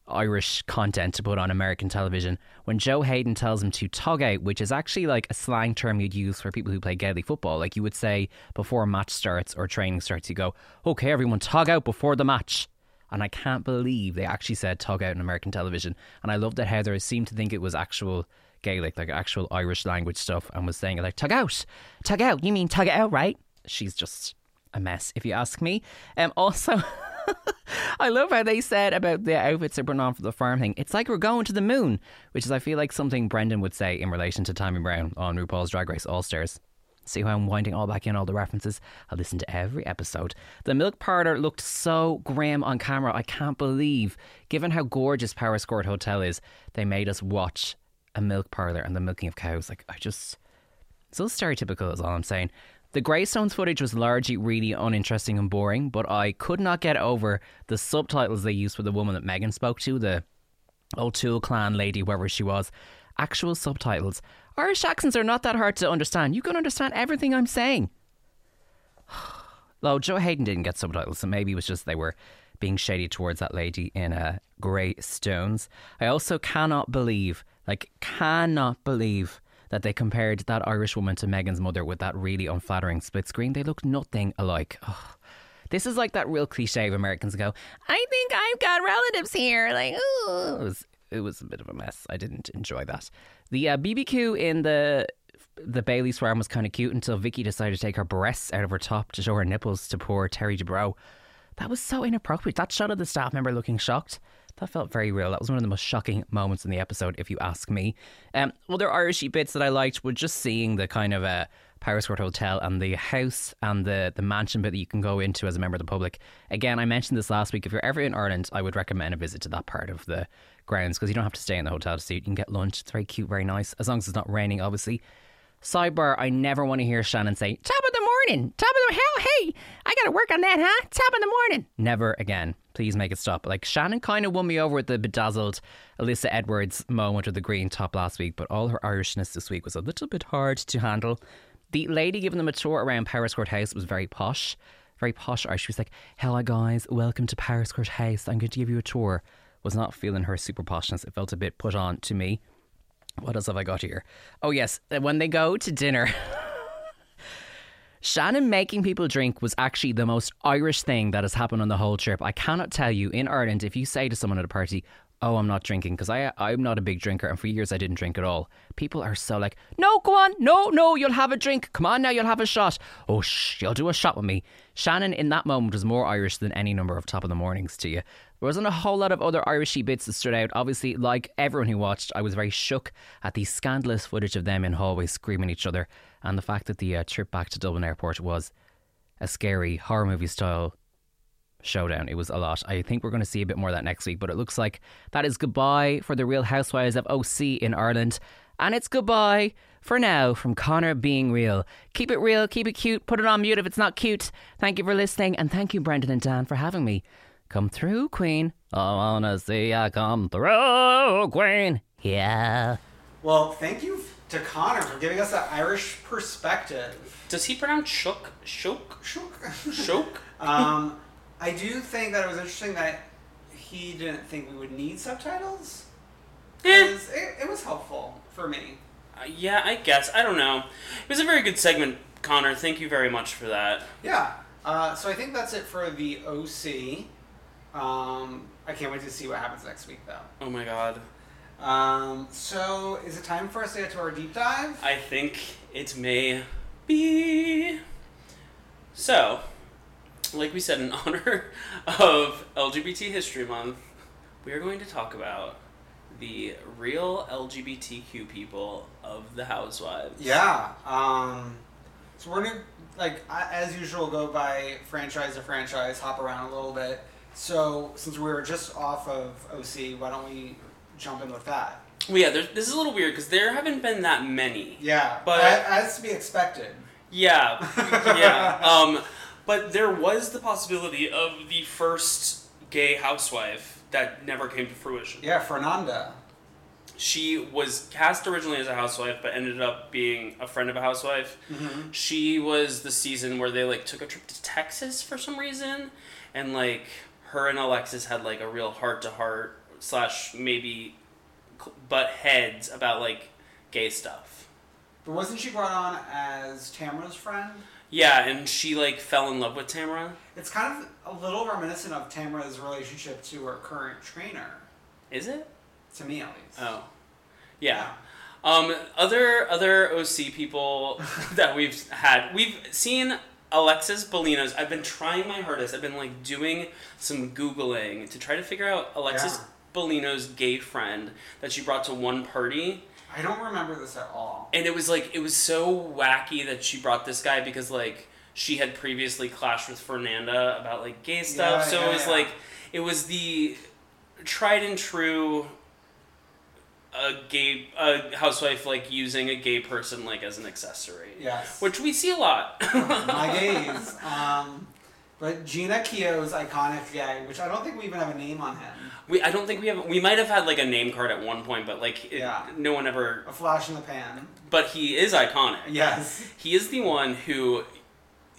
D: Irish content to put on American television when Joe Hayden tells him to tog out, which is actually like a slang term you'd use for people who play Gaelic football. Like you would say before a match starts or training starts, you go, okay, everyone, tog out before the match. And I can't believe they actually said tog out in American television. And I love that Heather seemed to think it was actual Gaelic, like actual Irish language stuff, and was saying it like, tug out, tug out, you mean tug it out, right? She's just a mess, if you ask me. Um, also, *laughs* I love how they said about the outfits they're putting on for the farm thing. It's like we're going to the moon, which is, I feel like, something Brendan would say in relation to Tommy Brown on RuPaul's Drag Race All Stars. See how I'm winding all back in all the references? I listen to every episode. The milk parlor looked so grim on camera. I can't believe, given how gorgeous Paris Court Hotel is, they made us watch a milk parlor and the milking of cows. Like, I just. So stereotypical is all I'm saying. The Greystones footage was largely really uninteresting and boring, but I could not get over the subtitles they used for the woman that Megan spoke to, the O'Toole clan lady, wherever she was. Actual subtitles. Irish accents are not that hard to understand. You can understand everything I'm saying. Though Joe Hayden didn't get subtitles, so maybe it was just they were being shady towards that lady in uh, Grey Stones. I also cannot believe, like, cannot believe that they compared that Irish woman to Megan's mother with that really unflattering split screen. They look nothing alike. Ugh. This is like that real cliche of Americans go, I think I've got relatives here. Like, ooh. It was, it was a bit of a mess. I didn't enjoy that. The uh, BBQ in the the Bailey swarm was kind of cute until Vicky decided to take her breasts out of her top to show her nipples to poor Terry Dubrow. That was so inappropriate. That shot of the staff member looking shocked. That felt very real. That was one of the most shocking moments in the episode, if you ask me. Um, other Irishy bits that I liked were just seeing the kind of uh, Paris Court Hotel and the house and the, the mansion bit that you can go into as a member of the public. Again, I mentioned this last week. If you're ever in Ireland, I would recommend a visit to that part of the grounds because you don't have to stay in the hotel to see it. You can get lunch. It's very cute, very nice, as long as it's not raining, obviously. Sidebar, I never want to hear Shannon say, Top of the morning, top of the hell, hey, I gotta work on that, huh? Top of the morning. Never again. Please make it stop. Like Shannon kinda won me over with the bedazzled Alyssa Edwards moment with the green top last week, but all her Irishness this week was a little bit hard to handle. The lady giving them a tour around Paris Court House was very posh. Very posh Irish. She was like, Hello guys, welcome to Paris Court House. I'm going to give you a tour. Was not feeling her super poshness. It felt a bit put on to me. What else have I got here? Oh, yes. When they go to dinner, *laughs* Shannon making people drink was actually the most Irish thing that has happened on the whole trip. I cannot tell you in Ireland if you say to someone at a party, "Oh, I'm not drinking," because I I'm not a big drinker, and for years I didn't drink at all. People are so like, "No, go on, no, no, you'll have a drink. Come on now, you'll have a shot. Oh, shh, you'll do a shot with me." Shannon in that moment was more Irish than any number of top of the mornings to you. There wasn't a whole lot of other Irishy bits that stood out. Obviously, like everyone who watched, I was very shook at the scandalous footage of them in hallways screaming at each other, and the fact that the uh, trip back to Dublin Airport was a scary horror movie style showdown. It was a lot. I think we're going to see a bit more of that next week, but it looks like that is goodbye for the Real Housewives of OC in Ireland. And it's goodbye for now from Connor being real. Keep it real, keep it cute, put it on mute if it's not cute. Thank you for listening, and thank you, Brendan and Dan, for having me. Come through, Queen. I wanna see ya come through, Queen. Yeah.
B: Well, thank you to Connor for giving us that Irish perspective.
C: Does he pronounce shook? Shook? Shook? Uh,
B: um, *laughs* I do think that it was interesting that he didn't think we would need subtitles. 'Cause It, it was helpful for me.
C: Uh, yeah, I guess. I don't know. It was a very good segment, Connor. Thank you very much for that.
B: Yeah. Uh, so I think that's it for the OC. Um, I can't wait to see what happens next week, though.
C: Oh my god.
B: Um, so is it time for us to get to our deep dive?
C: I think it may be. So, like we said, in *laughs* honor of LGBT History Month, we are going to talk about the real LGBTQ people of the Housewives.
B: Yeah. Um, so we're gonna like I- as usual go by franchise to franchise, hop around a little bit. So since we were just off of OC, why don't we jump in with that?
C: Well, yeah, there- this is a little weird because there haven't been that many.
B: Yeah,
C: But-
B: but as to be expected.
C: Yeah,
B: *laughs*
C: yeah. Um, but there was the possibility of the first gay housewife that never came to fruition.
B: Yeah, Fernanda.
C: She was cast originally as a housewife, but ended up being a friend of a housewife. She was the season where they like took a trip to Texas for some reason, and like her and Alexis had like a real heart to heart slash maybe cl- butt heads about like gay stuff.
B: But wasn't she brought on as Tamra's friend?
C: Yeah, and she like fell in love with Tamara.
B: It's kind of a little reminiscent of Tamra's relationship to her current trainer,
C: Is it?
B: to me at least.
C: Oh, yeah. Um, other other OC people that we've had, we've seen Alexis Bolinos. I've been trying my hardest. I've been like doing some googling to try to figure out Alexis
B: Yeah.
C: Bellino's gay friend that she brought to one party,
B: I don't remember this at all.
C: and it was like it was so wacky that she brought this guy because like she had previously clashed with Fernanda about like gay stuff.
B: Yeah,
C: so
B: yeah,
C: it was
B: yeah.
C: like it was the tried and true a gay a housewife like using a gay person like as an accessory.
B: Yes.
C: Which we see a lot. *laughs*
B: my gaze. Um, but Gina Keogh's iconic gag, which I don't think we even have a name on him.
C: we I don't think we have we might have had like a name card at one point, but like it,
B: Yeah.
C: no one ever
B: A flash in the pan.
C: but he is iconic.
B: Yes.
C: He is the one who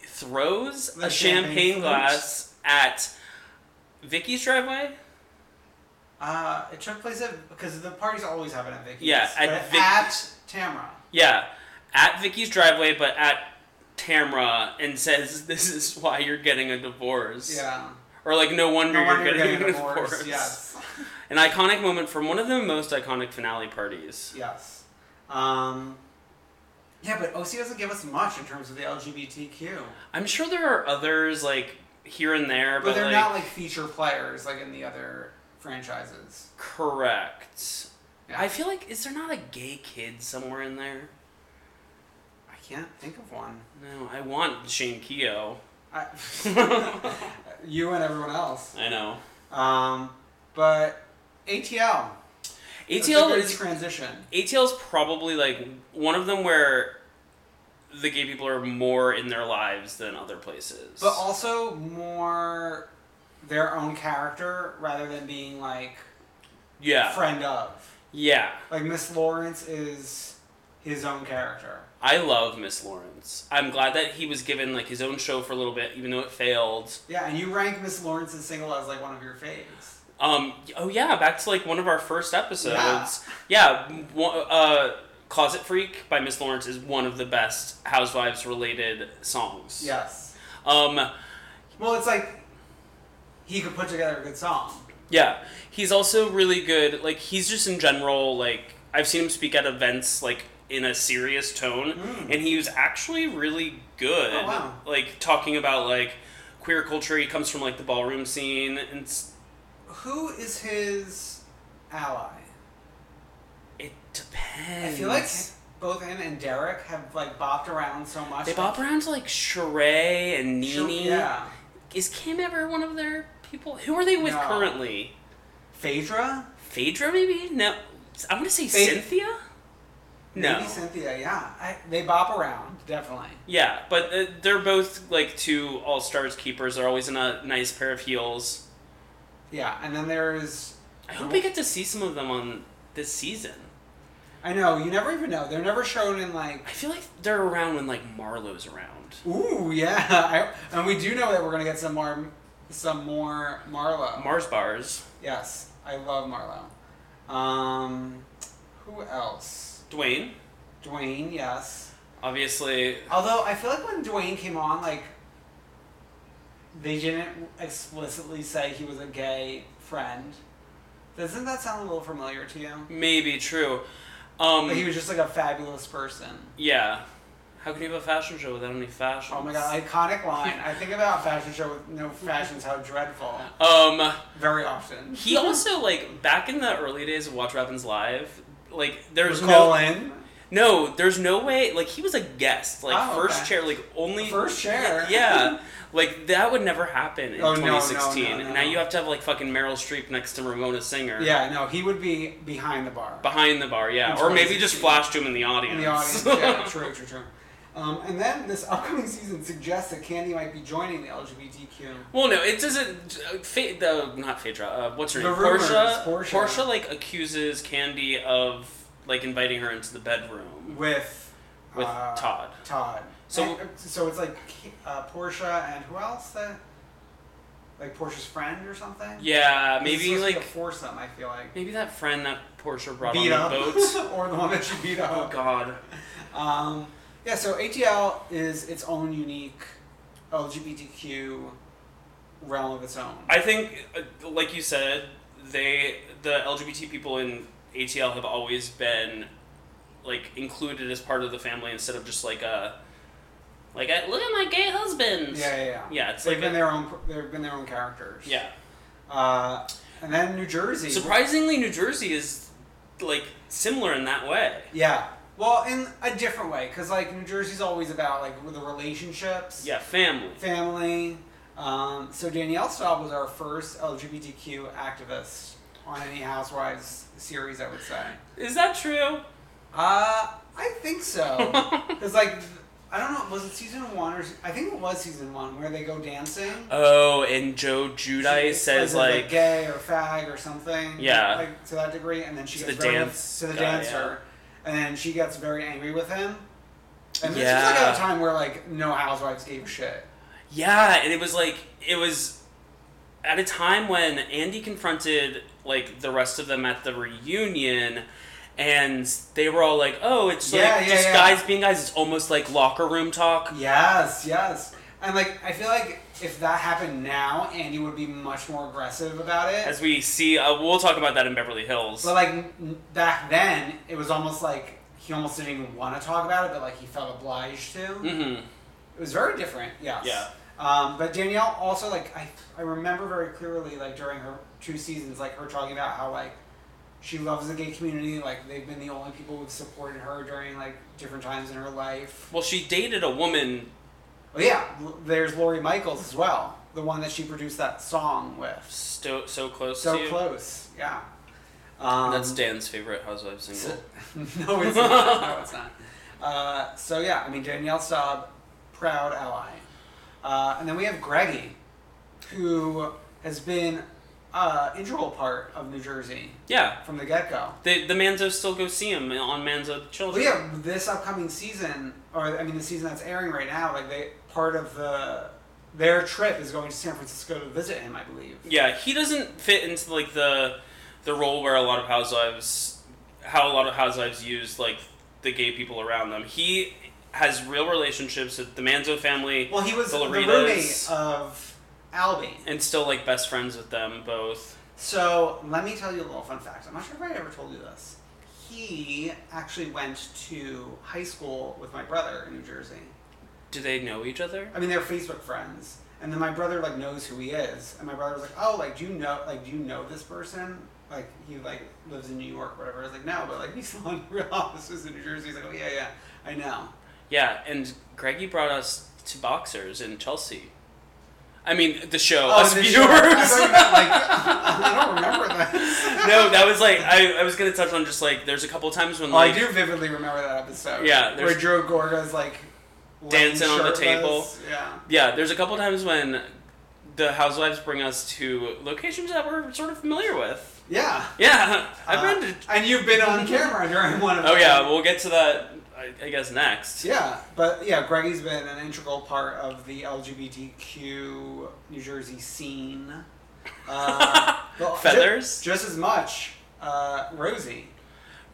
C: throws
B: The
C: a champagne,
B: champagne flute.
C: glass at Vicky's driveway.
B: Uh, it took place at because the parties always happen at Vicky's.
C: Yeah, at
B: but
C: Vic-
B: at Tamra.
C: Yeah, at Vicky's driveway, but at Tamra, and says, "This is why you're getting a divorce."
B: Yeah.
C: Or like, no wonder,
B: No wonder
C: you're, getting *laughs* a
B: divorce.
C: divorce.
B: Yes.
C: An iconic moment from one of the most iconic finale parties.
B: Yes. Um, yeah, but OC doesn't give us much in terms of the LGBTQ.
C: I'm sure there are others like here and there,
B: But,
C: but,
B: they're
C: like,
B: not like feature players like in the other franchises.
C: correct.
B: Yeah.
C: I feel like is there not a gay kid somewhere in there?
B: I can't think of one.
C: No, I want
B: *laughs*
C: Shane Keogh.
B: I, you and everyone else.
C: I know.
B: Um, but ATL. That's a
C: ATL
B: good
C: is
B: transition.
C: ATL is probably like one of them where the gay people are more in their lives than other places.
B: But also more their own character rather than being like
C: yeah,
B: friend of.
C: yeah,
B: Like Miss Lawrence is his own character.
C: I love Miss Lawrence. I'm glad that he was given like his own show for a little bit, even though it failed.
B: Yeah, and you rank Miss Lawrence's single as like one of your faves.
C: Um, oh yeah, back to like one of our first episodes. Yeah, m- one- uh, "Closet Freak" by Miss Lawrence is one of the best Housewives related songs.
B: Yes.
C: Um,
B: Well, it's like he could put together a good song.
C: Yeah, he's also really good. Like he's just in general like I've seen him speak at events like in a serious tone, and he was actually really good.
B: Hmm. Oh, wow.
C: Like talking about like queer culture. He comes from like the ballroom scene, and s-
B: Who is his ally?
C: it depends.
B: I feel like both him and Derek have like bopped around so much.
C: they bop around to like Sheree and
B: Sure,
C: Nene.
B: Yeah.
C: Is Kim ever one of their people? Who are they with
B: No.
C: currently?
B: Phaedra?
C: Phaedra maybe? No, I want to say
B: Phaed-
C: Cynthia. No.
B: Maybe Cynthia, yeah. I, they bop around, definitely.
C: Yeah, but uh, they're both like two all stars keepers. They're always in a nice pair of heels.
B: Yeah, and then there's.
C: I hope we get to see some of them on this season.
B: I know, you never even know. They're never shown in like.
C: I feel like they're around when like Marlowe's around.
B: Ooh, yeah. *laughs* I, and we do know that we're going to get some more. Some more Marlo.
C: Mars bars.
B: yes, I love Marlo. Um, who else?
C: Dwayne,
B: Dwayne, yes.
C: obviously.
B: Although I feel like when Dwayne came on, like they didn't explicitly say he was a gay friend. Doesn't that sound a little familiar to you?
C: Maybe true. Um,
B: Like he was just like a fabulous person.
C: yeah. How can you have a fashion show without any fashion?
B: Oh my god, iconic
C: *laughs*
B: line. I think about fashion show with no fashions, how dreadful.
C: Um,
B: Very often. *laughs*
C: he also like back in the early days of Watch What Happens Live. Like there's no
B: Colin.
C: No, there's no way. Like he was a guest, like
B: Oh,
C: first
B: okay.
C: chair, like only
B: First chair. *laughs*
C: Yeah, like that would never happen in
B: Oh, no, no,
C: 2016.
B: no, no.
C: Now you have to have like fucking Meryl Streep next to Ramona Singer.
B: Yeah, no, he would be behind the bar.
C: behind the bar. Yeah, or maybe just
B: 2016.
C: flash to him in the audience.
B: in the audience. yeah, true, true, true. Um, and then this upcoming season suggests that Candy might be joining the LGBTQ.
C: *laughs* Well, no, it doesn't. Uh, Fa- the not Phaedra. Uh, what's her
B: The
C: name?
B: rumors,
C: Portia.
B: Portia.
C: Portia like accuses Candy of like inviting her into the bedroom.
B: with
C: With
B: uh,
C: Todd.
B: Todd.
C: So-
B: And- so it's like uh, Portia and who else? That, like Portia's friend or something.
C: Yeah,
B: This is
C: maybe
B: supposed to be a
C: like
B: foursome. I feel like
C: maybe that friend that Portia brought
B: beat
C: on
B: up
C: the boat.
B: *laughs* or the one that she beat up.
C: oh God.
B: Um, yeah. So ATL is its own unique LGBTQ realm of its own.
C: I think, uh, like you said, they the LGBT people in ATL have always been like included as part of the family instead of just like a like a, look at my gay husband.
B: yeah, yeah, yeah.
C: Yeah, it's
B: they've
C: like
B: been
C: a-
B: their own. They've been their own characters.
C: yeah.
B: Uh, and then New Jersey.
C: Surprisingly, New Jersey is like similar in that way.
B: Yeah. Well, in a different way, because like New Jersey's always about like the relationships,
C: Yeah, family.
B: family. Um, so Danielle Staub was our first LGBTQ activist on any Housewives series, I would say.
C: Is that true?
B: Uh, I think
C: *laughs*
B: so, because like I don't know, was it season one or se- I think it was season one where they go dancing.
C: Oh, and Joe
B: She
C: Judice says like
B: gay or fag or something.
C: Yeah.
B: like to that degree, and then she
C: To
B: gets
C: the
B: very
C: dance
B: to the
C: guy,
B: dancer, and then she gets very angry with him. And this was
C: Yeah.
B: like at a time where like no housewives gave a shit.
C: Yeah, and it was like it was at a time when Andy confronted like the rest of them at the reunion and they were all like, "Oh, it's
B: Yeah,
C: like
B: yeah,
C: just
B: yeah.
C: guys being guys. It's almost like locker room talk."
B: Yes, yes. And like, I feel like if that happened now, Andy would be much more aggressive about it.
C: As we see, uh, we'll talk about that in Beverly Hills.
B: but like n- back then, it was almost like he almost didn't even want to talk about it, but like he felt obliged to.
C: Mhm.
B: It was very different. Yes.
C: Yeah.
B: Um, but Danielle also like I I remember very clearly like during her two seasons like her talking about how like she loves the gay community like they've been the only people who've supported her during like different times in her life
C: Well, she dated a woman.
B: Oh yeah, L- there's Lori Michaels as well, the one that she produced that song with.
C: So, so close
B: So
C: to you.
B: close, yeah. Um,
C: That's Dan's favorite Housewives single.
B: *laughs* no, it's not. No, it's not. Uh, so yeah, I mean Danielle Staub, proud ally, uh, and then we have Greggy, who has been uh, integral part of New Jersey
C: Yeah,
B: from the get go.
C: the the Manzos still go see him on Manzo the
B: Well,
C: Children.
B: yeah, this upcoming season, or I mean, the season that's airing right now, like they part of the their trip is going to San Francisco to visit him, I believe.
C: Yeah, he doesn't fit into like the the role where a lot of housewives how a lot of housewives use like the gay people around them. He has real relationships with the Manzo family.
B: Well, he was the,
C: Loritas,
B: roommate uh, of Albie.
C: and still like best friends with them both.
B: So let me tell you a little fun fact. I'm not sure if I ever told you this. He actually went to high school with my brother in New Jersey.
C: Do they know each other?
B: I mean, they're Facebook friends, and then my brother like knows who he is, and my brother was like, "Oh, like do you know like do you know this person?" Like he like lives in New York, or whatever. I was like, "No," but like *laughs* we saw in real offices in New Jersey. He's like, "Oh yeah, yeah, I know."
C: Yeah, and Greggy brought us to boxers in Chelsea. I mean, the show,
B: Oh,
C: us
B: and then
C: viewers.
B: she- I thought you meant, like, *laughs* I don't remember this.
C: *laughs* no, that was like I, I was gonna touch on just like there's a couple times when
B: Oh, I
C: like
B: do vividly remember that episode.
C: Yeah,
B: where
C: there's-
B: Joe Gorga's like
C: Dancing
B: laying
C: on the
B: shirtless.
C: table.
B: Yeah,
C: yeah, there's a couple times when the housewives bring us to locations that we're sort of familiar with.
B: yeah.
C: Yeah, *laughs* I've
B: Uh,
C: been to.
B: and you've been on camera during one of.
C: Oh yeah,
B: them.
C: we'll get to that. I, I guess next.
B: Yeah, but yeah, Greggy's been an integral part of the LGBTQ New Jersey scene.
C: *laughs*
B: Uh, well, ju-
C: Feathers?
B: just, as much. Uh, Rosie.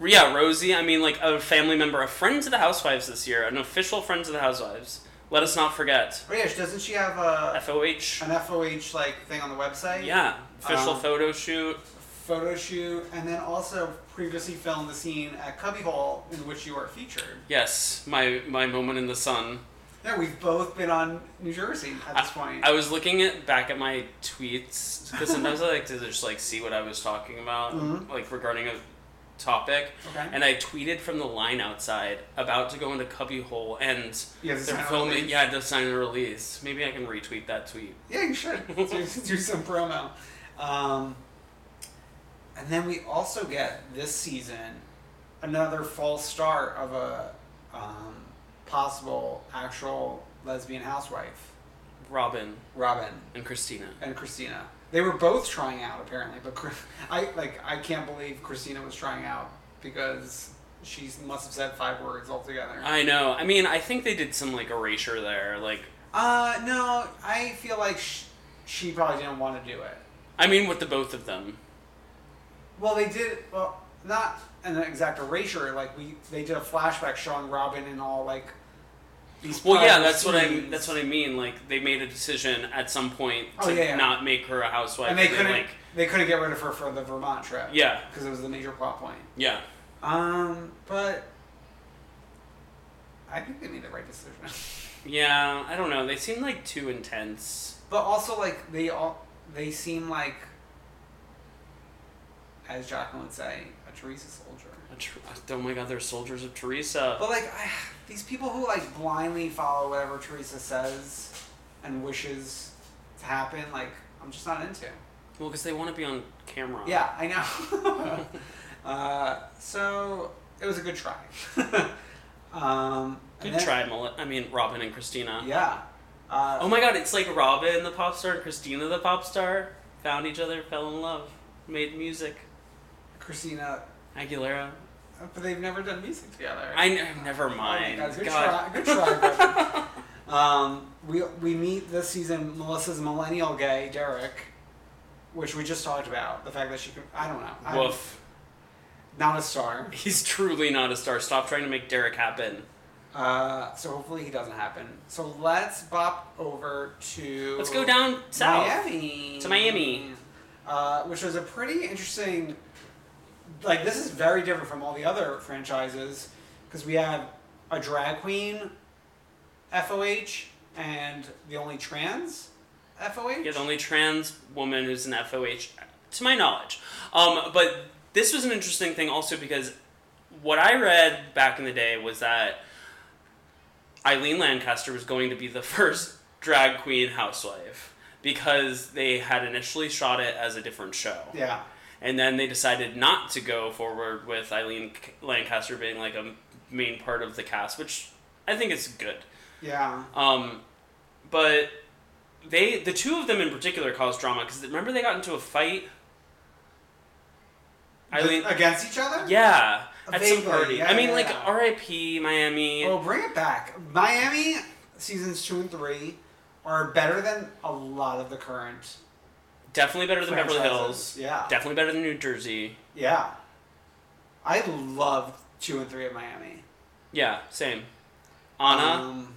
C: Yeah, Rosie. I mean, like a family member, a friend to the housewives this year, an official friend to the housewives. Let us not forget.
B: Oh yeah, she- doesn't she have a
C: FOH.
B: an FOH like thing on the website?
C: Yeah, official
B: Um,
C: photo shoot.
B: Photo shoot, and then also previously filmed the scene at Cubby Hole in which you are featured.
C: Yes, my my moment in the sun.
B: Yeah, we've both been on New Jersey at this point.
C: I was looking at back at my tweets because sometimes I like to just like see what I was talking about, like regarding a topic.
B: Mm-hmm. Okay.
C: And I tweeted from the line outside, about to go into cubbyhole, and
B: You have to
C: they're
B: sign a
C: filming.
B: release.
C: Yeah, I had to sign a release. Maybe I can retweet that tweet.
B: Yeah, you should
C: *laughs*
B: do, do some promo. Um, and then we also get this season another false start of a um, possible actual lesbian housewife,
C: Robin
B: Robin
C: and Christina.
B: and Christina. They were both trying out apparently, but Chris- I like I can't believe Christina was trying out because she must have said five words altogether.
C: I know. I mean, I think they did some like erasure there. Like,
B: Uh, no, I feel like sh- she probably didn't want to do it.
C: I mean, with the both of them.
B: Well, they did. Well, not an exact erasure. Like we, they did a flashback showing Robin and all like. These
C: Well, yeah,
B: prior
C: that's what I
B: Oh, scenes.
C: that's what I mean. Like, they made a decision at some point to
B: Oh, yeah, yeah.
C: not make her a housewife.
B: And they
C: then,
B: couldn't.
C: like,
B: they couldn't get rid of her for the Vermont trip.
C: Yeah.
B: Because it was the major plot point.
C: yeah.
B: Um, but. I think they made the right decision. *laughs*
C: Yeah, I don't know. They seem like too intense.
B: but also, like they all, they seem like. As Jacqueline would say, a Teresa soldier.
C: A tr- Oh my god, they're soldiers of Teresa.
B: But like I, these people who like blindly follow whatever Teresa says and wishes to happen, like I'm just not into.
C: Well, because they want to be on camera.
B: Yeah, I
C: *laughs*
B: know. uh, so it was a good try. *laughs* um, and
C: Good
B: then-
C: try, Mel- I mean, Robin and Christina.
B: Yeah. Uh,
C: Oh my god, it's like Robin the pop star and Christina the pop star found each other, fell in love, made music.
B: Christina,
C: Aguilera.
B: but they've never done music together.
C: I n- never
B: Oh my
C: mind.
B: God, good
C: God.
B: try, good try. Brendan.
C: *laughs*
B: um, we we meet this season Melissa's millennial gay Derek, which we just talked about. The fact that she could, I don't know. I'm-
C: Woof.
B: Not a star.
C: He's truly not a star. Stop trying to make Derek happen.
B: Uh, so hopefully he doesn't happen. So let's bop over to.
C: Let's go down south.
B: Miami.
C: To Miami.
B: Uh, which was a pretty interesting. Like, this is very different from all the other franchises because we have a drag queen FOH and the only trans FOH.
C: Yeah, the only trans woman who's an FOH, to my knowledge. Um, but this was an interesting thing also because what I read back in the day was that Eileen Lancaster was going to be the *laughs* first drag queen housewife because they had initially shot it as a different show.
B: Yeah.
C: And then they decided not to go forward with Eileen C- Lancaster being like a main part of the cast, which I think is good.
B: Yeah.
C: Um, but they, the two of them in particular, caused drama because remember they got into a fight. Eileen,
B: Against each other?
C: yeah, at some
B: Vaguely,
C: party.
B: yeah,
C: I mean,
B: yeah,
C: like
B: yeah. Oh,
C: R.I.P. Miami.
B: Well, bring it back. Miami seasons two and three are better than a lot of the current.
C: definitely better than Beverly
B: Franchises,
C: Hills.
B: yeah.
C: definitely better than New Jersey.
B: Yeah. I love two and three of Miami.
C: Yeah, same. Anna,
B: Um,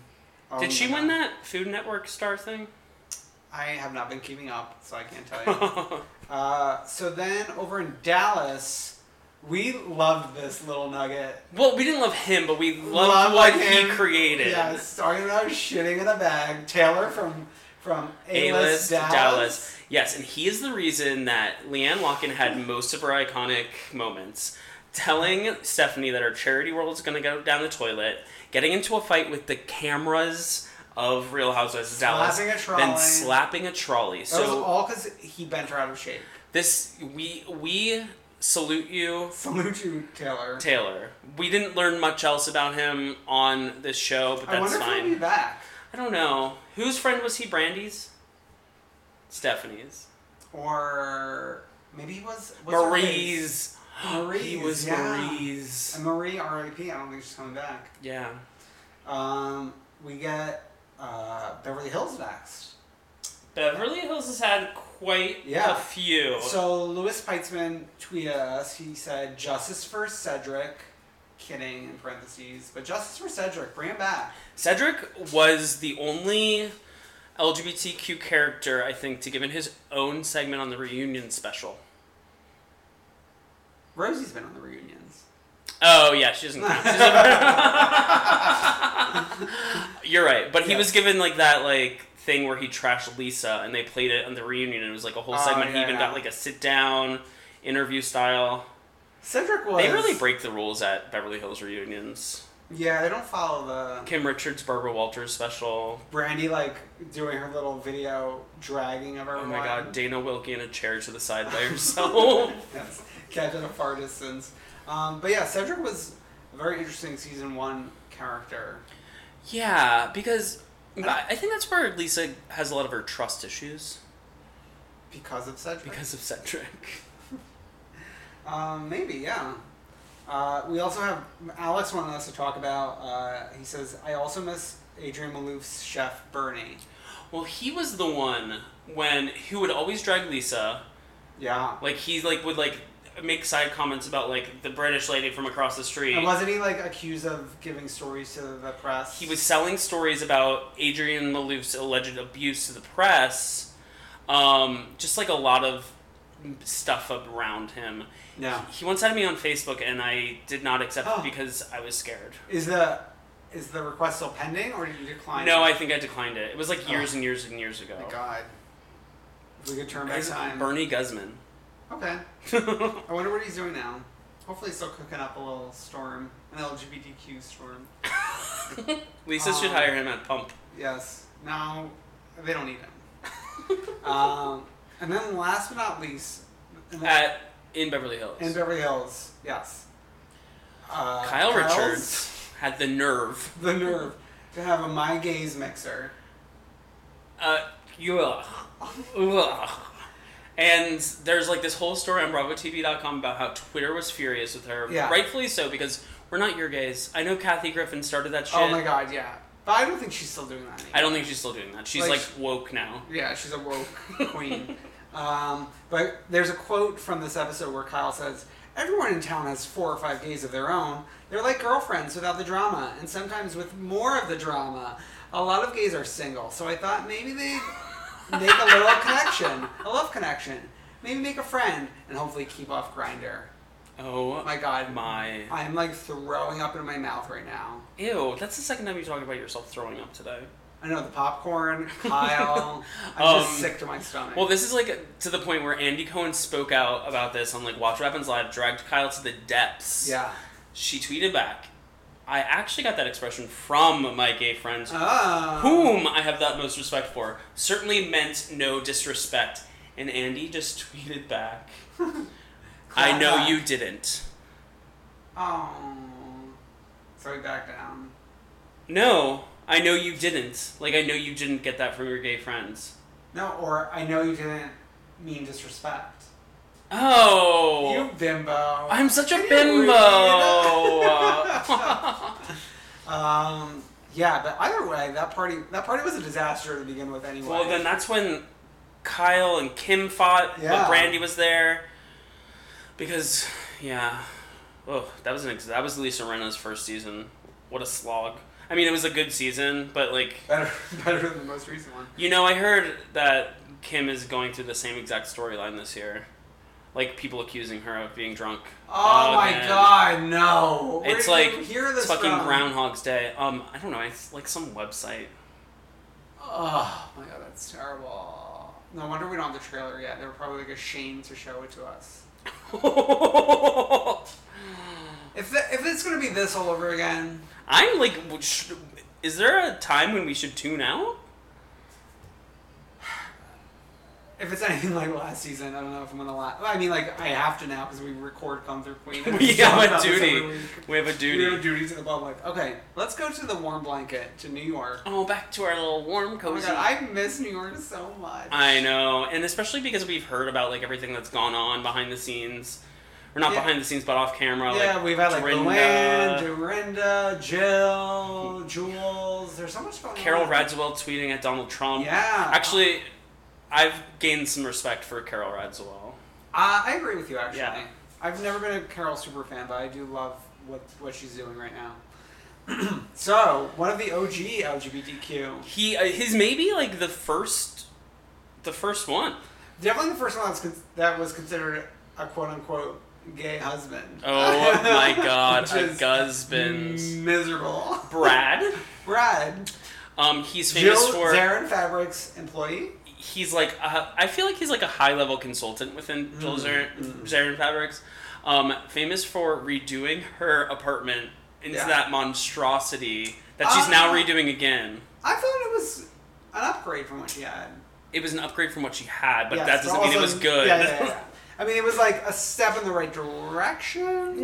B: oh
C: did she
B: my
C: win
B: God.
C: that Food Network star thing? *laughs*
B: I have not been keeping up, so I can't
C: *laughs*
B: tell you. uh, so then over in Dallas, we loved this little nugget.
C: Well, we didn't love him, but we loved
B: Love
C: what
B: him.
C: he created.
B: Yes, talking about shitting in a bag. Taylor from from A
C: A-list
B: List
C: Dallas.
B: Dallas.
C: Yes, and he is the reason that Leanne Locken had most of her iconic moments. Telling Stephanie that her charity world is going to go down the toilet, getting into a fight with the cameras of Real Housewives of Dallas,
B: Slapping a
C: then
B: trolley.
C: slapping a trolley.
B: That was
C: So
B: all because he bent her out of shape. *laughs*
C: this we we salute you,
B: Salute you, Taylor.
C: Taylor. We didn't learn much else about him on this show, but
B: I
C: that's
B: wonder if he'll be
C: fine.
B: back.
C: I don't know whose friend was he. Brandy's, Stephanie's.
B: Or maybe he was. what's her face?
C: Marie's.
B: Marie's.
C: He was
B: yeah.
C: Marie's.
B: And Marie, R.I.P. I don't think she's coming back.
C: Yeah.
B: Um, we get uh, Beverly Hills next.
C: Beverly Hills has had quite
B: Yeah.
C: a few.
B: So Louis Peitzman tweeted us. He said, "Justice for Cedric." Kidding in parentheses, but justice for Cedric. Bring him back.
C: Cedric was the only LGBTQ character, I think, to give in his own segment on the reunion special.
B: Rosie's been on the reunions.
C: Oh, yeah, she doesn't count. She doesn't- *laughs* You're right. But he
B: Yeah.
C: was given, like, that, like, thing where he trashed Lisa, and they played it on the reunion, and it was, like, a whole
B: Oh,
C: segment. he
B: yeah,
C: even
B: yeah.
C: got, like, a sit-down interview style.
B: Cedric was.
C: They really break the rules at Beverly Hills reunions.
B: Yeah, they don't follow the
C: Kim Richards, Barbara Walters special.
B: Brandy like doing her little video dragging of
C: Oh
B: everyone.
C: my god, Dana Wilkie in a chair to the side by herself.
B: *laughs* Yes, kept at a far distance. Um, but yeah, Cedric was a very interesting season one character.
C: yeah, because I I think that's where Lisa has a lot of her trust issues
B: Because of Cedric?
C: because of Cedric.
B: Um, maybe, yeah. Uh, we also have Alex wanted us to talk about. Uh, he says, I also miss Adrian Malouf's chef Bernie.
C: Well, he was the one when who would always drag Lisa.
B: Yeah.
C: Like he like would like make side comments about like the British lady from across the street.
B: And wasn't he like accused of giving stories to the press?
C: he was selling stories about Adrian Malouf's alleged abuse to the press, um, just like a lot of stuff around him.
B: Yeah.
C: He once had me on Facebook, and I did not accept
B: Oh.
C: it because I was scared.
B: Is the is the request still pending, or did you decline?
C: No, I
B: it?
C: think I declined it. It was like years and years and years ago.
B: Thank Oh. God. If we could turn back
C: Oh. Guys,
B: time.
C: Bernie Guzman. *laughs*
B: Okay. I wonder what he's doing now. Hopefully, he's still cooking up a little storm, an LGBTQ storm.
C: Lisa
B: Um,
C: should hire him at Pump.
B: Yes. No, they don't need him.
C: *laughs*
B: um, and then, last but not least, in,
C: At in Beverly Hills.
B: in Beverly Hills, yes. Uh,
C: Kyle
B: Kyle's
C: Richards had the nerve.
B: *laughs* The nerve to have a my gaze mixer.
C: uh, you, ugh, ugh. And there's like this whole story on BravoTV.com about how Twitter was furious with her,
B: Yeah.
C: rightfully so, because we're not your gays. I know Kathy Griffin started that shit.
B: Oh my god, yeah. But I don't think she's still doing that anymore.
C: I don't think she's still doing that. She's
B: Like-
C: like, woke now.
B: Yeah, she's a
C: *laughs*
B: woke queen. Um, but there's a quote from this episode where Kyle says, Everyone in town has four or five gays of their own. They're like girlfriends without the drama, and sometimes with more of the drama. A lot of gays are single, so I thought maybe they make a little
C: *laughs*
B: connection, a love connection. Maybe make a friend, and hopefully keep off grinder.
C: Oh
B: My God,
C: my.
B: I'm like throwing up in my mouth right now.
C: Ew, that's the second time you talking about yourself throwing up today.
B: I know the popcorn,
C: *laughs*
B: Kyle. I'm
C: Um,
B: just sick to my stomach.
C: Well, this is like to the point where Andy Cohen spoke out about this on like Watch What Happens Live, dragged Kyle to the depths.
B: yeah.
C: She tweeted back, I actually got that expression from my gay friends,
B: Uh,
C: whom I have the utmost respect for. Certainly meant no disrespect. And Andy just *laughs* tweeted back, I know
B: back.
C: you didn't.
B: Oh. Throw it back down.
C: No, I know you didn't. Like, I know you didn't get that from your gay friends.
B: No, or I know you didn't mean disrespect.
C: Oh!
B: You bimbo.
C: I'm such a
B: Can you *laughs* read?
C: bimbo!
B: um, yeah, but either way, that party that party was a disaster to begin with. Anyway.
C: Well, then that's when Kyle and Kim fought,
B: Yeah.
C: but Brandy was there because, yeah, oh, that was an ex- that was Lisa Rinna's first season. What a slog! I mean, it was a good season, but like
B: better *laughs* better than the most recent one.
C: you know, I heard that Kim is going through the same exact storyline this year, like people accusing her of being drunk.
B: Oh my
C: again.
B: god, no! Where
C: It's
B: did
C: like
B: you hear this
C: it's fucking
B: from?
C: Groundhog's Day. Um, I don't know. It's like some website. *laughs*
B: Oh my god, that's terrible. No wonder we don't have the trailer yet. They were probably like ashamed to show it to us. If the, if it's gonna be this all over again,
C: I'm like, w- sh- is there a time when we should tune out? *laughs*
B: if it's anything like last season, I don't know if I'm gonna laugh. I mean, like I have to now because we record Come Through
C: *laughs*
B: Queen. and *laughs*
C: We
B: talk
C: have
B: about
C: a
B: this every
C: duty.
B: week.
C: We have a
B: We have a
C: duty.
B: duty to the public. Okay, let's go to the warm blanket to New York.
C: Oh, back to our little warm
B: Oh my
C: cozy.
B: god, I miss New York so much.
C: I know, and especially because we've heard about like everything that's gone on behind the scenes, or not
B: Yeah.
C: behind the scenes, but off camera.
B: yeah,
C: like,
B: we've had like
C: Dorinda,
B: Glenn, Dorinda, Jill, Jules. There's so much going
C: Carol
B: on.
C: Radswell tweeting at Donald Trump.
B: Yeah.
C: Actually, I've gained some respect for Carol Radswell.
B: Uh, I agree with you, actually.
C: Yeah.
B: I've never been a Carol super fan, but I do love what what she's doing right now. *clears throat* so, one of the OG LGBTQ,
C: He, uh, his maybe like the first, the first one.
B: definitely the first one that's con- that was considered a quote unquote gay husband. Uh, *laughs*
C: Oh my God,
B: Which
C: a
B: is
C: husband.
B: Miserable.
C: Brad.
B: Brad,
C: Um, he's
B: Jill
C: famous for.
B: Zarin Fabrics employee.
C: he's like a, I feel like he's like a high level consultant within
B: Mm-hmm.
C: Jill Zarin, Zarin Fabrics, um, famous for redoing her apartment into
B: Yeah.
C: that monstrosity that she's
B: Ah.
C: now redoing again.
B: I thought it was an upgrade from what she had.
C: It was an upgrade from what she had, but
B: Yes,
C: that doesn't mean it
B: also-
C: was good.
B: Yeah, yeah, yeah. I mean, it was like a step in the right direction,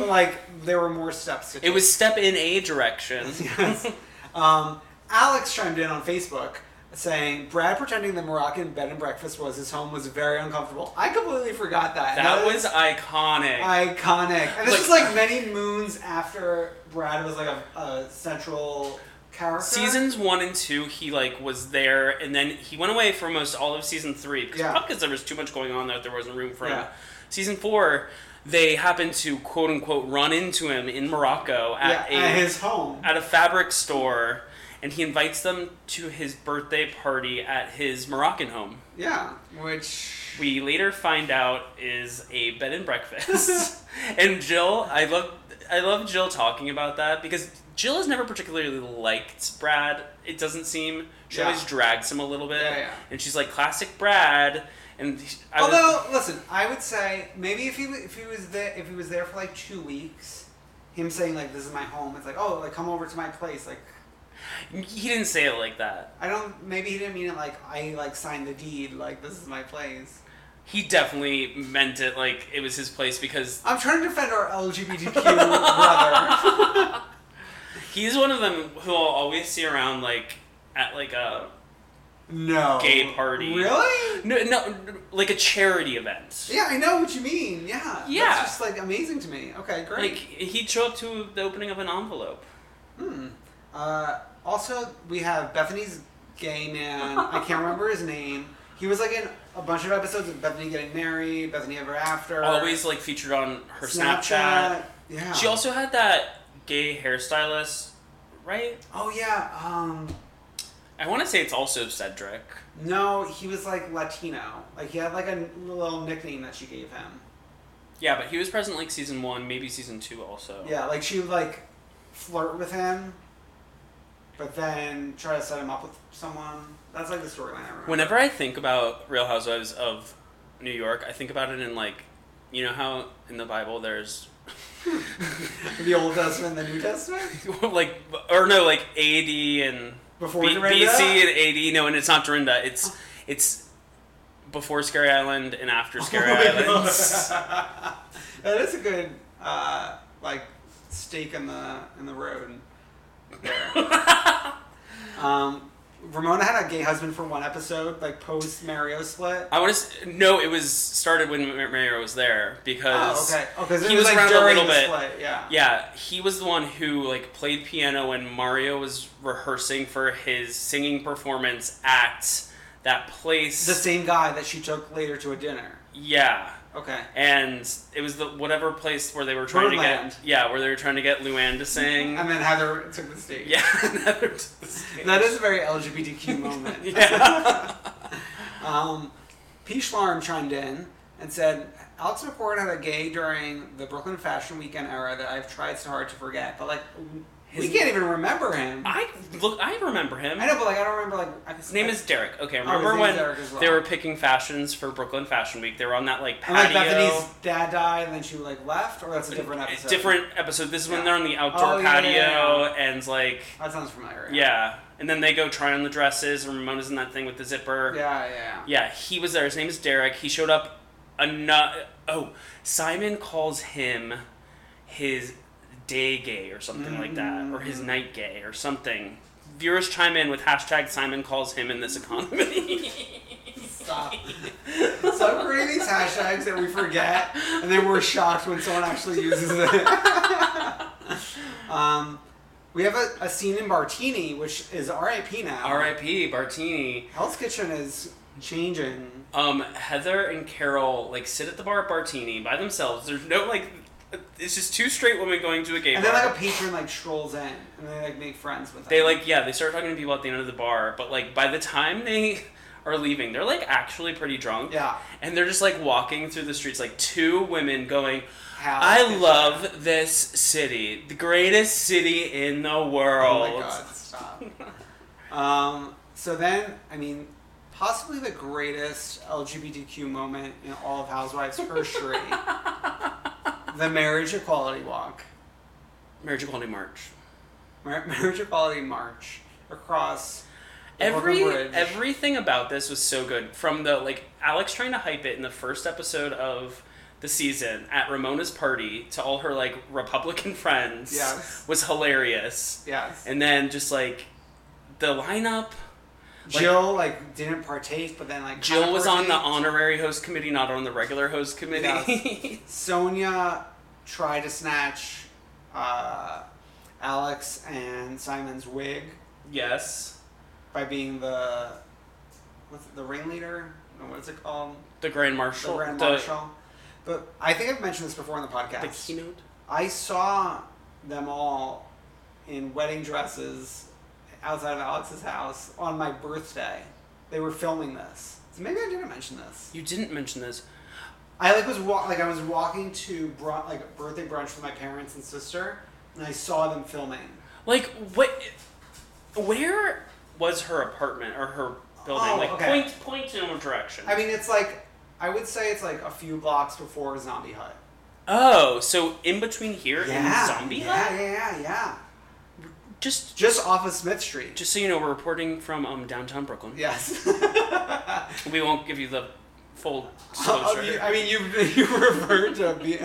B: but like there were more steps. To
C: *laughs* It was step in a direction.
B: *laughs* Yes. um, Alex chimed in on Facebook saying Brad pretending the Moroccan bed and breakfast was his home was very uncomfortable. I completely forgot that.
C: That was iconic.
B: iconic, and this
C: Like-
B: is like many moons after Brad was like a, a central character.
C: Seasons one and two, he like was there, and then he went away for almost all of season three because
B: Yeah.
C: because there was too much going on that there wasn't room for him.
B: Yeah.
C: Season four, they happened to quote unquote run into him in Morocco
B: yeah, at
C: at a
B: his home.
C: at a fabric store, and he invites them to his birthday party at his Moroccan home.
B: yeah, which
C: We later find out is a bed
B: *laughs*
C: and breakfast, and Jill, I love. I love Jill talking about that because Jill has never particularly liked Brad. It doesn't seem she
B: Yeah.
C: always drags him a little bit,
B: Yeah, yeah.
C: and she's like classic Brad. And he- I was-
B: Although, listen, I would say maybe if he if he was there if he was there for like two weeks, him saying like this is my home, it's like oh like come over to my place like
C: he didn't say it like that.
B: I don't maybe he didn't mean it like I like signed the deed like this is my place.
C: He definitely meant it like it was his place because
B: I'm trying to defend our LGBTQ
C: *laughs*
B: brother.
C: he's one of them who I'll always see around like at like a
B: No
C: Gay party.
B: Really?
C: no no like a charity event.
B: Yeah, I know what you mean. Yeah,
C: Yeah.
B: That's just like amazing to me. Okay, great.
C: Like he'd show up to the opening of an envelope. *laughs*
B: Uh, also, we have Bethany's gay man. I can't remember his name. He was like in a bunch of episodes of Bethany Getting Married, Bethany Ever After.
C: Always like featured on her
B: Snapchat.
C: Snapchat.
B: Yeah.
C: She also had that gay hairstylist, right?
B: Oh yeah. Um.
C: I want to say it's also Cedric.
B: No, he was like Latino. Like he had like a little nickname that she gave him.
C: Yeah, but he was present like season one, maybe season two also.
B: Yeah, like she would like flirt with him, but then try to set him up with someone. That's like the storyline I remember.
C: Whenever I think about Real Housewives of New York, I think about it in like, you know how in the Bible there's *laughs*
B: *laughs* the Old Testament and the New Testament.
C: like, or no, like AD and
B: Before
C: B-
B: Dorinda?
C: BC and AD. No, and it's not Dorinda. It's it's before Scary Island
B: *laughs*
C: and after Scary Island.
B: That is a good uh, like stake in the in the road.
C: *laughs*
B: There. um, Ramona had a gay husband for one episode, like post Mario split. Oh,
C: I want to no. It was started when Mar- Mario was there because
B: Oh, okay. Oh, 'cause it
C: he
B: was,
C: was,
B: like,
C: around a
B: during
C: little
B: the
C: bit.
B: split, yeah.
C: yeah. He was the one who like played piano when Mario was rehearsing for his singing performance at that place.
B: The same guy that she took later to a dinner.
C: yeah,
B: Okay.
C: and it was the whatever place where they were trying
B: Birdland.
C: to get yeah, where they were trying to get Luann to sing.
B: And then Heather took the stage.
C: yeah, *laughs* another to the stage.
B: Mm-hmm. That is a very
C: *laughs*
B: LGBTQ moment. *laughs* um, P. Schlarm chimed in and said, Alex McCord had a gay during the Brooklyn Fashion Weekend era that I've tried so hard to forget, but like, we can't even remember him. I,
C: I look. I remember him.
B: know, but like, I don't remember like. I,
C: His name is Derek. Okay,
B: his
C: remember
B: name is
C: when
B: Derek as well.
C: they were picking fashions for Brooklyn Fashion Week? They were on that like
B: And like
C: patio.
B: Bethany's dad died, and then she like left, or that's a different episode.
C: Different episode. This is when
B: Yeah.
C: they're on the outdoor
B: Oh, yeah,
C: patio
B: yeah, Oh,
C: and like
B: That sounds familiar.
C: yeah, and then they go try on the dresses. And Ramona's in that thing with the zipper.
B: Yeah, yeah.
C: Yeah, he was there. His name is Derek. He showed up. Anu- oh, Simon calls him his day gay or something like that, or
B: Mm.
C: his night gay or something. Viewers chime in with hashtag Simon calls him in this economy.
B: Stop. Stop creating these hashtags that we forget, and then we're shocked when someone actually uses
C: *laughs*
B: it. um, we have a, a scene in Martini, which is RIP now.
C: R.I.P. Bartini.
B: Hell's Kitchen is changing.
C: Um, Heather and Carol like sit at the bar at Bartini by themselves. There's no like, it's just two straight women going to a gay
B: And
C: bar.
B: then like a patron like strolls in, and they like make friends with.
C: they
B: them.
C: like yeah they start talking to people at the end of the bar, but like by the time they *laughs* are leaving, they're like actually pretty drunk.
B: Yeah.
C: and they're just like walking through the streets like two women going.
B: How
C: I
B: is
C: love this city, the greatest city in the world.
B: Oh my god, stop. *laughs* um, so then, I mean, possibly the greatest LGBTQ moment in all of Housewives history
C: *laughs*
B: the Marriage Equality Walk,
C: Marriage Equality March.
B: Mar- *laughs* Marriage Equality March across the
C: Every
B: Brooklyn Bridge.
C: everything about this was so good. From the like Alex trying to hype it in the first episode of the season at Ramona's party to all her like Republican *laughs* friends
B: Yes.
C: was hilarious.
B: Yes.
C: And then just like the lineup.
B: Jill like didn't partake, but then like
C: Jill
B: kinda
C: was on the
B: partaked.
C: honorary host committee, not on the regular host committee.
B: Sonia tried to snatch uh, Alex and Simon's wig.
C: *laughs* yes.
B: by being the what's it, the ringleader. No, What is it called?
C: The Grand
B: The
C: Marshal.
B: grand marshal. But I think I've mentioned this before in the podcast.
C: The keynote.
B: I saw them all in wedding dresses outside of Alex's house on my birthday. They were filming this, so maybe I didn't mention this.
C: You didn't mention this.
B: I like was wa- like I was walking to brun- like birthday brunch with my parents and sister, and I saw them filming.
C: Like what? Where was her apartment or her building?
B: Oh,
C: like
B: okay.
C: point point in a direction.
B: I mean, it's like I would say it's like a few blocks before Zombie Hut.
C: oh, so in between here and Zombie
B: yeah,
C: Hut?
B: Yeah, yeah, yeah.
C: Just
B: Just off of Smith Street.
C: just so you know, we're reporting from um, downtown Brooklyn.
B: *laughs* yes.
C: We won't give you the full
B: *laughs* Oh,
C: disclosure.
B: you- I mean, you've *laughs* you referred to Bea-